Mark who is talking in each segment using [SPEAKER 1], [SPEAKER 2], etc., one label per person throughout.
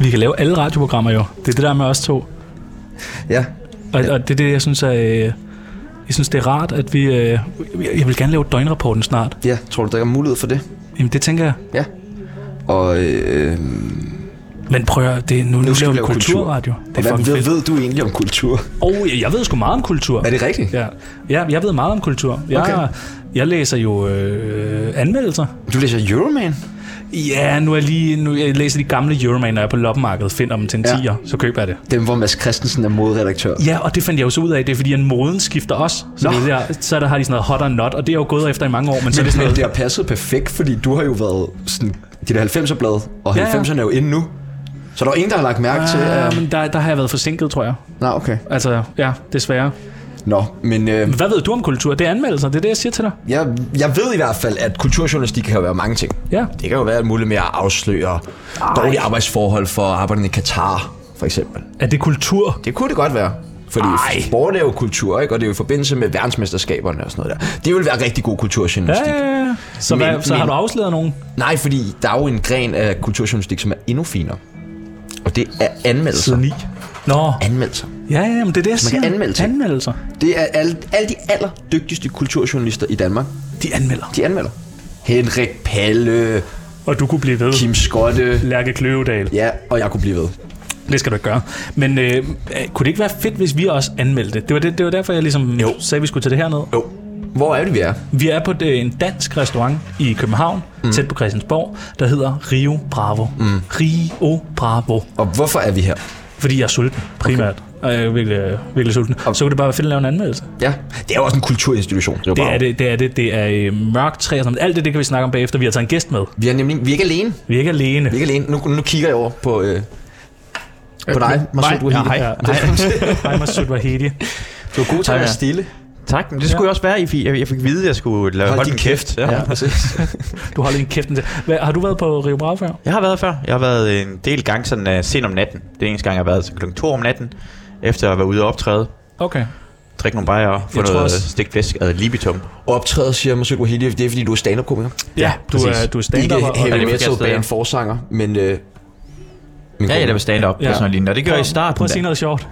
[SPEAKER 1] Vi kan lave alle radioprogrammer jo. Det er det der med os to.
[SPEAKER 2] Ja,
[SPEAKER 1] Og, og det er det, jeg synes er... Øh, jeg synes, det er rart, at vi... Øh, jeg vil gerne lave døgnrapporten snart.
[SPEAKER 2] ja. Tror du, der er mulighed for det?
[SPEAKER 1] Jamen, det tænker jeg.
[SPEAKER 2] Ja. Og øh,
[SPEAKER 1] Men prøv at, høre, det, er- nu, nu, nu
[SPEAKER 2] skal
[SPEAKER 1] laver
[SPEAKER 2] vi
[SPEAKER 1] vi
[SPEAKER 2] lave
[SPEAKER 1] kulturradio. Det er
[SPEAKER 2] hvad
[SPEAKER 1] fucking
[SPEAKER 2] ved,
[SPEAKER 1] fedt.
[SPEAKER 2] ved du egentlig om kultur?
[SPEAKER 1] Og jeg, jeg ved sgu meget om kultur.
[SPEAKER 2] Er det rigtigt?
[SPEAKER 1] Ja, ja jeg ved meget om kultur. Jeg,
[SPEAKER 2] Okay.
[SPEAKER 1] jeg læser jo øh, anmeldelser.
[SPEAKER 2] Du læser Euroman?
[SPEAKER 1] Ja, nu er jeg lige nu jeg læser de gamle Euroman, når jeg er på loppemarkedet, finder dem til en
[SPEAKER 2] Ja.
[SPEAKER 1] 10'er, så køber jeg det.
[SPEAKER 2] Dem, hvor Mads Christensen er moderedaktør.
[SPEAKER 1] Ja, og det fandt jeg jo så ud af, det er fordi, at moden skifter også. Så,
[SPEAKER 2] Nå.
[SPEAKER 1] det der, så der har de sådan noget hot or not, og det er jeg jo gået efter i mange år, men så er det sådan
[SPEAKER 2] Men det
[SPEAKER 1] noget...
[SPEAKER 2] har passet perfekt, fordi du har jo været sådan, de der 90'er blad, og
[SPEAKER 1] Ja, Ah. ja.
[SPEAKER 2] 90'erne er jo inde nu. Så der er ingen, der har lagt mærke til, øh,
[SPEAKER 1] Ja,
[SPEAKER 2] at...
[SPEAKER 1] men der, der har jeg været forsinket, tror jeg.
[SPEAKER 2] Nå, okay.
[SPEAKER 1] Altså, ja, desværre.
[SPEAKER 2] Nå, men øh,
[SPEAKER 1] Hvad ved du om kultur? Det er anmeldelser, det er det, jeg siger til dig.
[SPEAKER 2] jeg, jeg ved i hvert fald, at kulturjournalistik kan jo være mange ting.
[SPEAKER 1] Ja.
[SPEAKER 2] Det kan jo være alt muligt med at afsløre dårlige arbejdsforhold for arbejderne i Katar, for eksempel.
[SPEAKER 1] Er det kultur?
[SPEAKER 2] Det kunne det godt være. Fordi
[SPEAKER 1] Ej.
[SPEAKER 2] Ej. sport er jo kultur, ikke? og det er jo i forbindelse med verdensmesterskaberne og sådan noget der. Det vil være rigtig god kulturjournalistik.
[SPEAKER 1] Ja, ja, ja. Så, men,
[SPEAKER 2] Men-
[SPEAKER 1] hvad, så har
[SPEAKER 2] men-
[SPEAKER 1] du afsløret nogen?
[SPEAKER 2] Nej, fordi der er jo en gren af kulturjournalistik, som er endnu finere. Og det er anmeldelser.
[SPEAKER 1] Siden 9. Nå,
[SPEAKER 2] Anmeldelser.
[SPEAKER 1] ja, ja, men det er det, jeg
[SPEAKER 2] Man kan
[SPEAKER 1] siger.
[SPEAKER 2] anmelde ting.
[SPEAKER 1] Anmeldelser.
[SPEAKER 2] Det er alle, alle de allerdygtigste kulturjournalister i Danmark.
[SPEAKER 1] De anmelder.
[SPEAKER 2] De anmelder. Henrik Palle,
[SPEAKER 1] Og du kunne blive ved.
[SPEAKER 2] Kim Skotte.
[SPEAKER 1] Lærke Kløvedal.
[SPEAKER 2] Ja, og jeg kunne blive ved.
[SPEAKER 1] Det skal du ikke gøre. Men øh, øh, kunne det ikke være fedt, hvis vi også anmeldte det? Det var, det, det var derfor, jeg ligesom jo. sagde, at vi skulle til det her ned.
[SPEAKER 2] Jo. Hvor er det, vi er?
[SPEAKER 1] Vi er på øh, en dansk restaurant i København, mm. tæt på Christiansborg, der hedder Rio Bravo. Mm. Rio Bravo.
[SPEAKER 2] Og hvorfor er vi her?
[SPEAKER 1] Fordi jeg er sulten, primært. Okay. Og jeg er virkelig, øh, virkelig sulten. Okay. Så kunne det bare være fedt at lave en anmeldelse.
[SPEAKER 2] Ja, det er jo også en kulturinstitution. Det
[SPEAKER 1] Det er det, det er det. Det er øh, mørkt træ og sådan noget. Alt det, det kan vi snakke om bagefter. Vi har taget en gæst med.
[SPEAKER 2] Vi er nemlig vi er ikke alene.
[SPEAKER 1] Vi er ikke alene.
[SPEAKER 2] Vi er ikke alene. Nu, nu kigger jeg over på, øh, på dig, Masoud Wahidi.
[SPEAKER 3] hej.
[SPEAKER 1] Ja, nej. Hej, Masud Wahidi.
[SPEAKER 2] Du er god til at
[SPEAKER 3] Hej,
[SPEAKER 2] være
[SPEAKER 3] ja.
[SPEAKER 2] stille.
[SPEAKER 3] Tak, men det skulle ja. jeg også være i, fordi jeg, jeg fik vide, at jeg skulle øh, lave hold din kæft. Ja.
[SPEAKER 2] Ja,
[SPEAKER 3] Ja.
[SPEAKER 2] præcis.
[SPEAKER 1] Du holder din kæft til. Hvad, har du været på Rio Bravo før?
[SPEAKER 3] Jeg har været før. Jeg har været en del gange sådan uh, sent om natten. Det er eneste gang, jeg har været så kl. 2 om natten, efter at være ude og optræde.
[SPEAKER 1] Okay.
[SPEAKER 3] Drikke nogle bajer og få
[SPEAKER 1] Jeg tror
[SPEAKER 3] noget
[SPEAKER 1] også-
[SPEAKER 3] også... stegt flæsk ad libitum.
[SPEAKER 2] Optræder, siger Masoud Wahidi, det er fordi, du er stand-up-komiker.
[SPEAKER 1] Ja, du er,
[SPEAKER 3] præcis.
[SPEAKER 1] du er
[SPEAKER 2] Ikke
[SPEAKER 1] stand-up. og-
[SPEAKER 2] heavy
[SPEAKER 3] det er
[SPEAKER 2] metal
[SPEAKER 3] forkastet, ja.
[SPEAKER 2] band forsanger, men... Øh, min kone.
[SPEAKER 3] Ja, jeg laver stand-up
[SPEAKER 1] Ja.
[SPEAKER 3] ja. og sådan noget lignende. Og det gør jeg i starten.
[SPEAKER 1] Prøv at
[SPEAKER 3] da.
[SPEAKER 1] sige noget sjovt.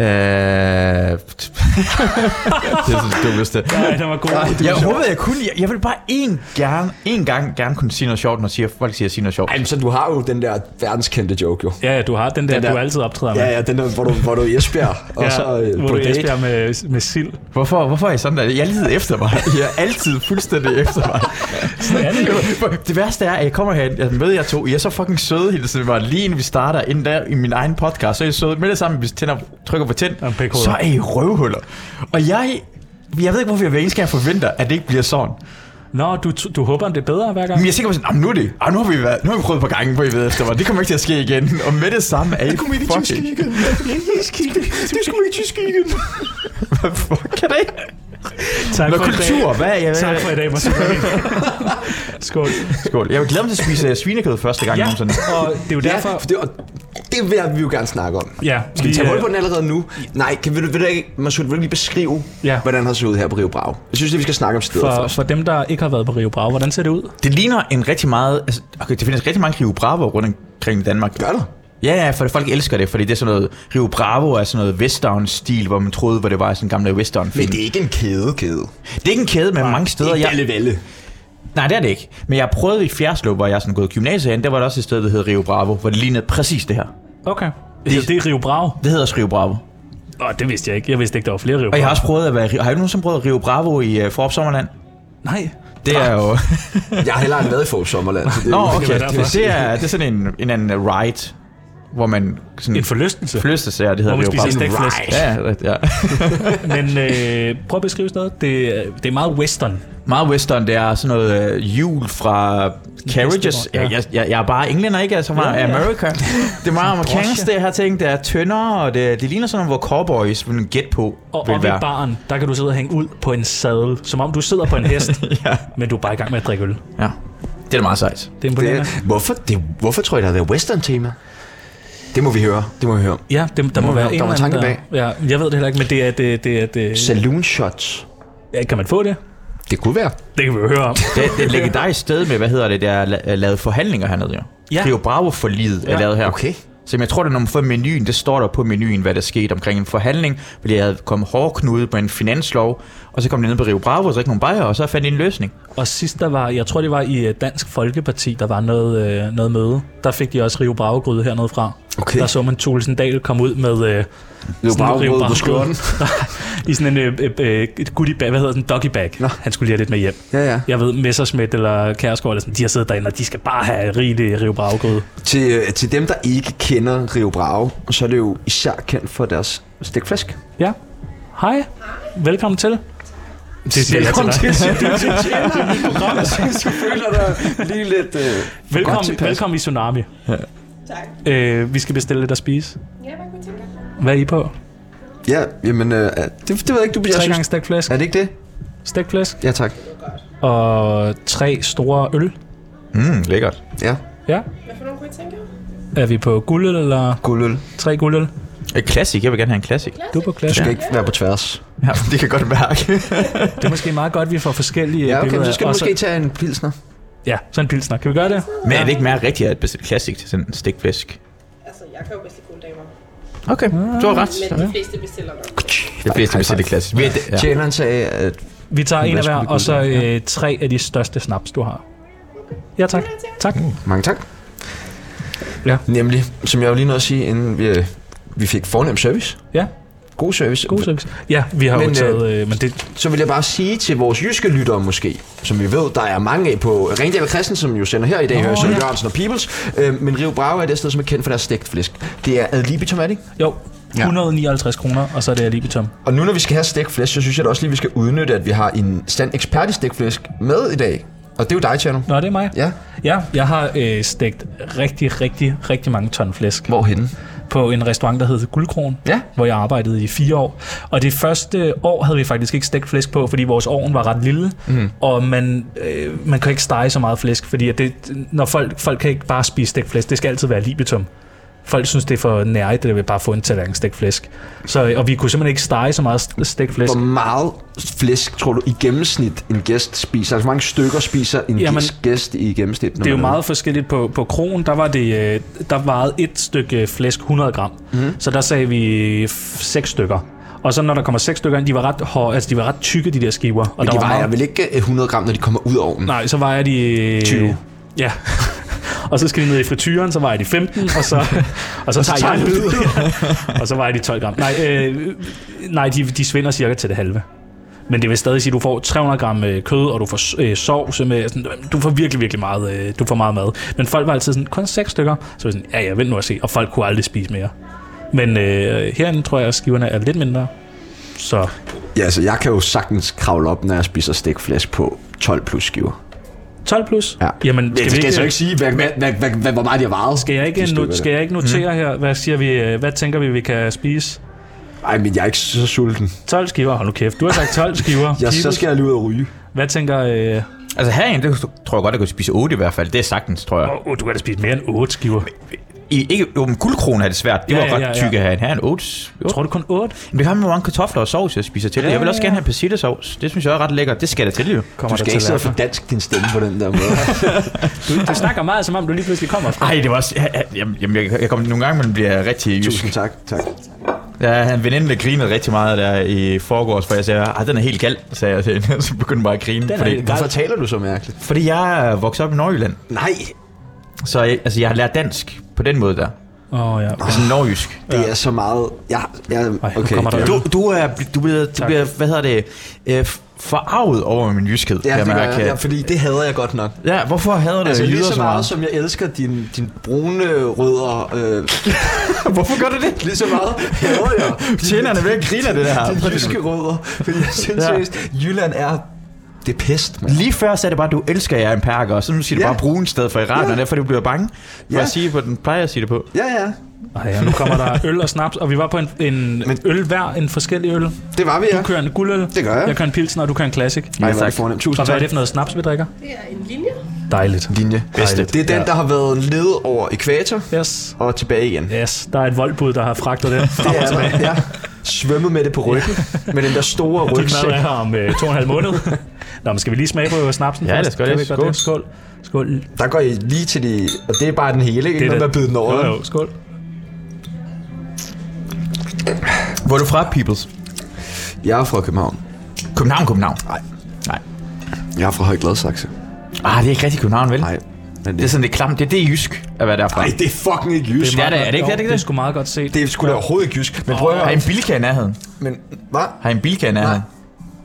[SPEAKER 3] Øh... det er sådan det dummeste.
[SPEAKER 1] Nej, den var god.
[SPEAKER 3] Jeg håbede, jeg kunne. Jeg, jeg vil bare én, gerne, én gang gerne kunne sige noget sjovt, når siger, folk siger, sige noget sjovt.
[SPEAKER 2] Ej, men så du har jo den der verdenskendte joke, jo.
[SPEAKER 1] Ja, ja, du har den der,
[SPEAKER 2] Den der-
[SPEAKER 1] du altid optræder med.
[SPEAKER 2] Ja, ja, den der, hvor du, hvor du er i Esbjerg, og så øh,
[SPEAKER 1] hvor
[SPEAKER 2] på
[SPEAKER 1] du
[SPEAKER 2] date.
[SPEAKER 1] Esbjerg med, med sild.
[SPEAKER 3] Hvorfor, hvorfor er I sådan der? Jeg er altid efter mig. Jeg er altid fuldstændig efter mig.
[SPEAKER 1] Sådan er det jo.
[SPEAKER 3] det værste er, at jeg kommer her, jeg møder jer to, I er så fucking søde, hilser vi mig, lige inden vi starter, inden der i min egen podcast, så er I søde, med det samme, hvis tænder, trykker på tænd,
[SPEAKER 1] Og pikhoveder.
[SPEAKER 3] så er I røvhuller. Og jeg, jeg ved ikke, hvorfor jeg hver eneste gang forventer, at det ikke bliver sådan.
[SPEAKER 1] Nå, du, du håber, det er bedre hver gang?
[SPEAKER 3] Men jeg er sikker på sådan, "Nå, men nu er det, ah, nu har vi, været, nu har vi prøvet på gange, hvor I ved efter mig, det kommer ikke til at ske igen. Og med det samme er I fucking...
[SPEAKER 2] Det er sgu ikke tysk igen.
[SPEAKER 3] Hvad fuck er det?
[SPEAKER 1] Tak
[SPEAKER 3] Nå,
[SPEAKER 1] for i dag.
[SPEAKER 3] kultur, hvad er jeg?
[SPEAKER 1] Tak for i dag, Mads. Skål.
[SPEAKER 3] Skål. Jeg vil glæde mig til at spise øh, svinekød første gang
[SPEAKER 1] Ja,
[SPEAKER 3] nogensinde.
[SPEAKER 1] og det er jo
[SPEAKER 2] Ja,
[SPEAKER 1] derfor...
[SPEAKER 2] for det, og det vil vi jo gerne snakke om.
[SPEAKER 1] Ja,
[SPEAKER 2] Skal vi tage hul
[SPEAKER 1] øh,
[SPEAKER 2] på den allerede nu? Nej, kan, vil, du, vil du ikke, Masoud, vil du lige beskrive,
[SPEAKER 1] Ja.
[SPEAKER 2] ja. hvordan har set ud her på Rio Bravo? Jeg synes, at vi skal snakke om stedet
[SPEAKER 1] for,
[SPEAKER 2] først.
[SPEAKER 1] for dem, der ikke har været på Rio Bravo, hvordan ser det ud?
[SPEAKER 3] Det ligner en rigtig meget... Altså, okay, det findes rigtig mange Rio Bravo rundt omkring i Danmark.
[SPEAKER 2] Gør det.
[SPEAKER 3] Ja, ja, for folk elsker det, fordi det er sådan noget... Rio Bravo er sådan noget western-stil, hvor man troede, hvor det var sådan en gammel
[SPEAKER 2] Men
[SPEAKER 3] western-film.
[SPEAKER 2] det
[SPEAKER 3] Det,
[SPEAKER 2] er ikke en kæde, kæde.
[SPEAKER 3] det, er ikke en kæde, men mange steder...
[SPEAKER 2] Ikke
[SPEAKER 3] Jeg,
[SPEAKER 2] alle valle.
[SPEAKER 3] nej, det er det ikke. Men jeg prøvede i Fjerslå, hvor jeg er sådan gået i gymnasiet hen, der var der også et sted, der hed Rio Bravo, hvor det lignede præcis det her.
[SPEAKER 1] Okay. Det, det er Rio Bravo.
[SPEAKER 3] Det hedder også Rio Bravo.
[SPEAKER 1] Nå, det vidste jeg ikke. Jeg vidste ikke, der var flere Rio
[SPEAKER 3] Og
[SPEAKER 1] Bravo.
[SPEAKER 3] jeg har også prøvet at være... Har I nogensinde prøvet Rio Bravo i uh, Forop Sommerland?
[SPEAKER 1] Nej.
[SPEAKER 3] Det er jo...
[SPEAKER 2] Jeg har heller aldrig været i Fogh Sommerland. så det er
[SPEAKER 3] Nå,
[SPEAKER 2] jo-
[SPEAKER 1] kan være
[SPEAKER 3] okay.
[SPEAKER 1] derfor.
[SPEAKER 3] Det, det, er, det er sådan en, en anden ride, hvor man... Sådan,
[SPEAKER 1] En forlystelse.
[SPEAKER 3] Forlystelse, ja, det hedder
[SPEAKER 1] Hvor man
[SPEAKER 3] Rio
[SPEAKER 1] spiser
[SPEAKER 3] Bravo.
[SPEAKER 1] stegt flæsk.
[SPEAKER 3] Ja, ja, ja.
[SPEAKER 1] Men øh, prøv at beskrive sådan noget. Det, er- det er meget western.
[SPEAKER 3] Meget western, det er sådan noget øh, jul fra Carriages.
[SPEAKER 1] ja.
[SPEAKER 3] Ja, jeg, jeg, jeg er bare englænder, ikke? Altså, meget
[SPEAKER 1] Ja, ja.
[SPEAKER 3] America. Det er meget amerikansk, det her ting. Det er tyndere, og det, det ligner sådan noget, hvor cowboys vil gætte på,
[SPEAKER 1] Og
[SPEAKER 3] vil
[SPEAKER 1] oppe i baren, der kan du sidde og hænge ud på en sadel, som om du sidder på en hest,
[SPEAKER 3] ja.
[SPEAKER 1] men du er bare i gang med at drikke øl. Det
[SPEAKER 3] ja, det er meget sejt.
[SPEAKER 1] er
[SPEAKER 2] Det,
[SPEAKER 1] imponerende.
[SPEAKER 2] er- hvorfor, det, hvorfor tror I, der har været western-tema? Det må vi høre. Det må vi høre.
[SPEAKER 1] Ja, det, der må,
[SPEAKER 2] Må
[SPEAKER 1] være
[SPEAKER 2] være-
[SPEAKER 1] en
[SPEAKER 2] der var
[SPEAKER 1] eller anden,
[SPEAKER 2] tanke
[SPEAKER 1] der- Ja, jeg ved det heller ikke, men det er... Det, det er det,
[SPEAKER 2] Saloon shots.
[SPEAKER 1] ja, kan man få det?
[SPEAKER 2] Det kunne være.
[SPEAKER 1] Det kan vi jo høre om.
[SPEAKER 3] Det, det er et legendarisk sted med, hvad hedder det, der er la- lavet forhandlinger hernede, jo.
[SPEAKER 1] Ja.
[SPEAKER 3] Rio Bravo for livet ja.
[SPEAKER 1] Ja.
[SPEAKER 3] er lavet her.
[SPEAKER 2] Okay.
[SPEAKER 3] Så jeg tror, det er nummer for menuen. Det står der på menuen, hvad der skete omkring en forhandling. Fordi jeg havde kommet hårdknude på en finanslov. Og så kom det ned på Rio Bravo, og så ikke nogen bajer, og så fandt jeg en løsning.
[SPEAKER 1] Og sidst der var, jeg tror det var i øh, Dansk Folkeparti, der var noget, øh, noget møde. Der fik de også Rio Bragegryde hernede fra.
[SPEAKER 2] Okay.
[SPEAKER 1] Der så man Thulesen Dahl komme ud med... Øh, sådan
[SPEAKER 2] Rio
[SPEAKER 1] en
[SPEAKER 2] Bragegryde på skjorten.
[SPEAKER 1] Nej, I sådan en øh, øh, øh, et goodie bag, hvad hedder den, doggy bag.
[SPEAKER 2] Nå.
[SPEAKER 1] Han skulle lige have lidt med hjem.
[SPEAKER 2] Ja, ja.
[SPEAKER 1] Jeg ved, Messerschmidt eller Kærsgaard, eller sådan, de har siddet derinde, og de skal bare have rigelig Rio Bragegryde.
[SPEAKER 2] Til, øh, til dem, der ikke kender Rio Bravo, så er det jo især kendt for deres stikflæsk.
[SPEAKER 1] Ja. Hej. Velkommen til. Det siger jeg til
[SPEAKER 2] Velkommen
[SPEAKER 1] dig.
[SPEAKER 2] til, til, til, til, til, til, til, føler dig lige lidt... Øh, for godt
[SPEAKER 1] Velkommen,
[SPEAKER 2] tilpas.
[SPEAKER 1] velkommen i Tsunami.
[SPEAKER 4] Tak.
[SPEAKER 1] Øh, vi skal bestille lidt at spise.
[SPEAKER 4] Ja, hvad kunne du tænke dig?
[SPEAKER 1] Hvad er I på?
[SPEAKER 2] Ja, jamen, øh, det, det ved jeg ikke, du bliver...
[SPEAKER 1] Tre gange stegt flæsk.
[SPEAKER 2] Er det ikke det?
[SPEAKER 1] Stegt flæsk.
[SPEAKER 2] Ja, tak.
[SPEAKER 1] Og tre store øl.
[SPEAKER 3] Mm, lækkert.
[SPEAKER 2] Ja,
[SPEAKER 1] Ja.
[SPEAKER 4] Hvad for nogen kunne I tænke jer?
[SPEAKER 1] Er vi på guldøl eller
[SPEAKER 2] guldøl.
[SPEAKER 1] tre guldøl?
[SPEAKER 3] Et klassik, Øh, jeg vil gerne have en klassik.
[SPEAKER 1] Du er på
[SPEAKER 2] Du
[SPEAKER 1] klasse.
[SPEAKER 2] skal ikke være på tværs.
[SPEAKER 3] Ja, det kan godt mærke.
[SPEAKER 1] Det er måske meget godt, at vi får forskellige
[SPEAKER 2] Ja, okay,
[SPEAKER 1] billeder.
[SPEAKER 2] men så skal du
[SPEAKER 1] Og så-
[SPEAKER 2] måske tage en pilsner.
[SPEAKER 1] Ja, sådan en pilsner. Kan vi gøre det?
[SPEAKER 3] Men er det ikke mere rigtigt at bestille klassik til sådan en stikflæsk?
[SPEAKER 4] Altså, jeg kan jo bestille gode damer.
[SPEAKER 3] Okay, du har ret.
[SPEAKER 4] Men de fleste bestiller nok.
[SPEAKER 3] Det fleste bestiller klassisk. Vi er det, ja.
[SPEAKER 2] Tjeneren sagde, at
[SPEAKER 1] Vi tager en af hver, og så
[SPEAKER 2] Guldøl,
[SPEAKER 1] øh, tre af de største snaps, du har. Ja, tak. Tak.
[SPEAKER 2] Mange tak.
[SPEAKER 1] Ja.
[SPEAKER 2] Nemlig, som jeg jo lige nåede at sige, inden vi, øh, vi fik fornem service.
[SPEAKER 1] Ja,
[SPEAKER 2] God service.
[SPEAKER 1] god service. Ja, vi har
[SPEAKER 2] Men,
[SPEAKER 1] jo
[SPEAKER 2] øh,
[SPEAKER 1] taget... Øh, men det,
[SPEAKER 2] Så vil jeg bare sige til vores jyske lyttere måske, som vi ved, der er mange af på Ringdal og Christen, som jo sender her i dag,
[SPEAKER 1] Nå,
[SPEAKER 2] oh, Hørsel,
[SPEAKER 1] ja.
[SPEAKER 2] ja. Jørgensen og Peoples. Øh, men Rio Bravo er det sted, som er kendt for deres stegt flæsk. Det er ad libitum, er det ikke?
[SPEAKER 1] jo,
[SPEAKER 2] Ja.
[SPEAKER 1] 159 kroner, og så er det alibitum.
[SPEAKER 2] Og nu når vi skal have stegt flæsk, så synes jeg da også lige, vi skal udnytte, at vi har en stand ekspert i stegt flæsk med i dag. Og det er jo dig, Tjerno.
[SPEAKER 1] Nå, det er mig.
[SPEAKER 2] Ja.
[SPEAKER 1] Ja, jeg har øh, stegt rigtig, rigtig, rigtig mange ton flæsk.
[SPEAKER 2] Hvorhenne?
[SPEAKER 1] på en restaurant, der hed Guldkron,
[SPEAKER 2] Ja.
[SPEAKER 1] hvor jeg arbejdede i fire år. Og det første år havde vi faktisk ikke stegt flæsk på, fordi vores ovn var ret lille, mm. og man, øh, man kan ikke stege så meget flæsk, fordi at det, når folk, folk kan ikke bare spise stegt flæsk, det skal altid være libetum. Folk synes, det er for nære, det der vil bare få en tallerken stegt flæsk. Så, og vi kunne simpelthen ikke stege så meget st- stegt flæsk.
[SPEAKER 2] Hvor meget flæsk tror du i gennemsnit en gæst spiser? Altså, hvor mange stykker spiser en
[SPEAKER 1] Jamen,
[SPEAKER 2] Jamen, gæst i gennemsnit? når
[SPEAKER 1] Det er jo
[SPEAKER 2] man
[SPEAKER 1] meget forskelligt. På, på krogen, der var det, øh, der vejede et stykke øh, flæsk 100 gram.
[SPEAKER 2] Mm-hmm.
[SPEAKER 1] Mm. Så der sagde vi øh, f- seks stykker. Og så når der kommer seks stykker ind, de var ret, hår, altså, de var ret tykke, de der skiver. Og
[SPEAKER 2] Men
[SPEAKER 1] der
[SPEAKER 2] de
[SPEAKER 1] var
[SPEAKER 2] vejer
[SPEAKER 1] meget-
[SPEAKER 2] vel ikke øh, 100 gram, når de kommer ud af ovnen?
[SPEAKER 1] Nej, så vejer de... øh,
[SPEAKER 2] 20.
[SPEAKER 1] Ja. og så skal de ned i frityren, så vejer de 15, og så, og så, og så tager jeg en bid. Ja. og så vejer de 12 gram. Nej, øh, nej de, de svinder cirka til det halve. Men det vil stadig sige, at du får 300 gram øh, kød, og du får øh, sovs med... Sådan, du får virkelig, virkelig meget, øh, du får meget mad. Men folk var altid sådan, kun seks stykker. Så var jeg sådan, ja, ja, vent nu og se. Og folk kunne aldrig spise mere. Men øh, herinde tror jeg, at skiverne er lidt mindre. Så
[SPEAKER 2] Ja, altså, jeg kan jo sagtens kravle op, når jeg spiser stikflæsk på 12 plus skiver.
[SPEAKER 1] 12 plus?
[SPEAKER 2] Ja.
[SPEAKER 1] Jamen,
[SPEAKER 2] Det, det skal
[SPEAKER 1] øh,
[SPEAKER 2] jeg så ikke sige, hvad, hvad, hvad, hvad, hvad, hvor meget de har vejet.
[SPEAKER 1] Skal jeg ikke,
[SPEAKER 2] de
[SPEAKER 1] no-
[SPEAKER 2] stykker
[SPEAKER 1] skal
[SPEAKER 2] der. Mhm.
[SPEAKER 1] jeg ikke notere mm. her? Hvad, siger vi, øh, hvad tænker vi, vi kan spise?
[SPEAKER 2] Ej, men jeg er ikke så sulten.
[SPEAKER 1] 12 skiver? Hold nu kæft, du har sagt 12 skiver.
[SPEAKER 2] Jeg, så
[SPEAKER 1] Peoples.
[SPEAKER 2] skal jeg lige ud og ryge.
[SPEAKER 1] Hvad tænker... Øh,
[SPEAKER 3] Altså herinde, det tror jeg godt, at jeg kunne spise 8 i hvert fald. Det er sagtens, tror jeg.
[SPEAKER 1] åh, oh, du kan da spise mere end 8 skiver.
[SPEAKER 3] I, ikke, jo, men guldkroner er det svært. Det
[SPEAKER 1] Ja,
[SPEAKER 3] var
[SPEAKER 1] ja,
[SPEAKER 3] ret
[SPEAKER 1] ja, ja.
[SPEAKER 3] tykke herinde. Her er en oats. Jo.
[SPEAKER 1] Tror du kun 8?
[SPEAKER 3] Men det har med, hvor mange kartofler og sovs, jeg spiser til det.
[SPEAKER 1] Ja,
[SPEAKER 3] Jeg vil også
[SPEAKER 1] ja,
[SPEAKER 3] gerne
[SPEAKER 1] ja.
[SPEAKER 3] have persillesovs. Det synes jeg er ret lækkert. Det skal der til, jo.
[SPEAKER 1] Kommer
[SPEAKER 2] Du skal ikke sidde og få dansk din stemme på den der måde.
[SPEAKER 1] Du, du snakker meget, som om du lige pludselig kommer fra.
[SPEAKER 3] Ej, det var også... Ja, ja, jamen, jamen, jeg, jeg kom nogle gange, men bliver rigtig jysk.
[SPEAKER 2] Tusind tak. tak.
[SPEAKER 3] Der er en veninde, der grinede rigtig meget der i forgårs, hvor jeg sagde, at den er helt gal, sagde jeg til hende. Så begyndte hun bare at grine.
[SPEAKER 1] Den er
[SPEAKER 3] fordi,
[SPEAKER 1] helt gal.
[SPEAKER 2] Hvorfor taler du så mærkeligt?
[SPEAKER 3] fordi jeg er vokset op i Norgeland,
[SPEAKER 2] Nej,
[SPEAKER 3] så jeg, altså, jeg har lært dansk på den måde der.
[SPEAKER 1] Åh, oh, ja.
[SPEAKER 3] Altså norjysk.
[SPEAKER 2] det er så meget... Jeg, jeg,
[SPEAKER 1] Ej, nu
[SPEAKER 2] okay.
[SPEAKER 1] kommer der
[SPEAKER 2] det-
[SPEAKER 1] øl.
[SPEAKER 3] Du, du, er, du bliver, du bliver hvad hedder det, øh, forarvet over min jyskhed.
[SPEAKER 2] Ja,
[SPEAKER 3] kan
[SPEAKER 2] det gør
[SPEAKER 3] mærke.
[SPEAKER 2] jeg. Ja, fordi det hader jeg godt nok.
[SPEAKER 3] Ja, hvorfor hader du
[SPEAKER 2] Altså
[SPEAKER 3] altså,
[SPEAKER 2] lige
[SPEAKER 3] lyder
[SPEAKER 2] så meget, som jeg elsker din, din brune rødder, øh,
[SPEAKER 3] Hvorfor gør du det?
[SPEAKER 2] lige så meget hader jeg
[SPEAKER 3] Tjenerne er ved at grine af det der.
[SPEAKER 2] din jyske rødder. Fordi jeg synes
[SPEAKER 3] Ja.
[SPEAKER 2] seriøst, Jylland er... Det er pest, mand.
[SPEAKER 3] Lige før sagde det bare, at du elsker jer en perker, og så nu siger du
[SPEAKER 2] Ja.
[SPEAKER 3] bare brun sted for Iran,
[SPEAKER 2] Ja.
[SPEAKER 3] og derfor du bliver bange. Hvad
[SPEAKER 2] Ja.
[SPEAKER 3] ja. sige på den plejer at sige det på?
[SPEAKER 2] Ja, ja.
[SPEAKER 1] Ej, ja, nu kommer der øl og snaps, og vi var på en, en Men, øl hver, en forskellig øl.
[SPEAKER 2] Det var vi, ja.
[SPEAKER 1] Du kører en guldøl,
[SPEAKER 2] Det gør jeg.
[SPEAKER 1] jeg kører en pilsen, og du kører en classic.
[SPEAKER 2] Nej,
[SPEAKER 3] Ja,
[SPEAKER 2] hvor er det
[SPEAKER 3] tak.
[SPEAKER 2] fornemt. Tusind
[SPEAKER 1] Og hvad er
[SPEAKER 2] tak.
[SPEAKER 1] det for noget snaps, vi drikker?
[SPEAKER 4] Det er en linje.
[SPEAKER 1] Dejligt.
[SPEAKER 2] Linje.
[SPEAKER 3] Bedste.
[SPEAKER 2] Det er den, der har været nede over ekvator
[SPEAKER 1] Yes.
[SPEAKER 2] og tilbage igen.
[SPEAKER 1] Yes, der er et voldbud, der har fragtet det.
[SPEAKER 2] Det er der, ja. Svømmet med det på ryggen. med den der store
[SPEAKER 1] Din mad
[SPEAKER 2] rygsæk.
[SPEAKER 1] er her om øh, to og en halv måned. Nå, men skal vi lige smage på snapsen
[SPEAKER 3] Ja,
[SPEAKER 1] først?
[SPEAKER 3] lad os gøre
[SPEAKER 1] Kan
[SPEAKER 3] det.
[SPEAKER 1] vi godt det? Skål. Skål.
[SPEAKER 2] Der går I lige til de... Og det er bare den hele, ikke? Det
[SPEAKER 1] da-
[SPEAKER 2] er noget med at bide den over.
[SPEAKER 1] Jo, jo, skål.
[SPEAKER 3] Hvor er du fra, Peoples?
[SPEAKER 5] Jeg er fra København.
[SPEAKER 3] København, København. Nej. Nej.
[SPEAKER 5] Jeg er fra Høj Gladsaxe.
[SPEAKER 3] Ah, det er ikke rigtig København, vel?
[SPEAKER 5] Nej, men
[SPEAKER 3] Det er
[SPEAKER 5] det,
[SPEAKER 3] sådan lidt klamt. Det er det jysk at være derfra.
[SPEAKER 5] Ej, det er fucking ikke jysk.
[SPEAKER 3] Det er det, er det ikke
[SPEAKER 1] Jo,
[SPEAKER 3] det? Er det,
[SPEAKER 1] Det
[SPEAKER 3] ikke
[SPEAKER 1] er
[SPEAKER 3] det?
[SPEAKER 1] sgu meget godt set.
[SPEAKER 2] Det er sgu da overhovedet ikke jysk. Men prøv at
[SPEAKER 3] Har I
[SPEAKER 2] høre.
[SPEAKER 3] en bilka i nærheden?
[SPEAKER 2] Men, hvad?
[SPEAKER 3] Har I en bilka i nærheden?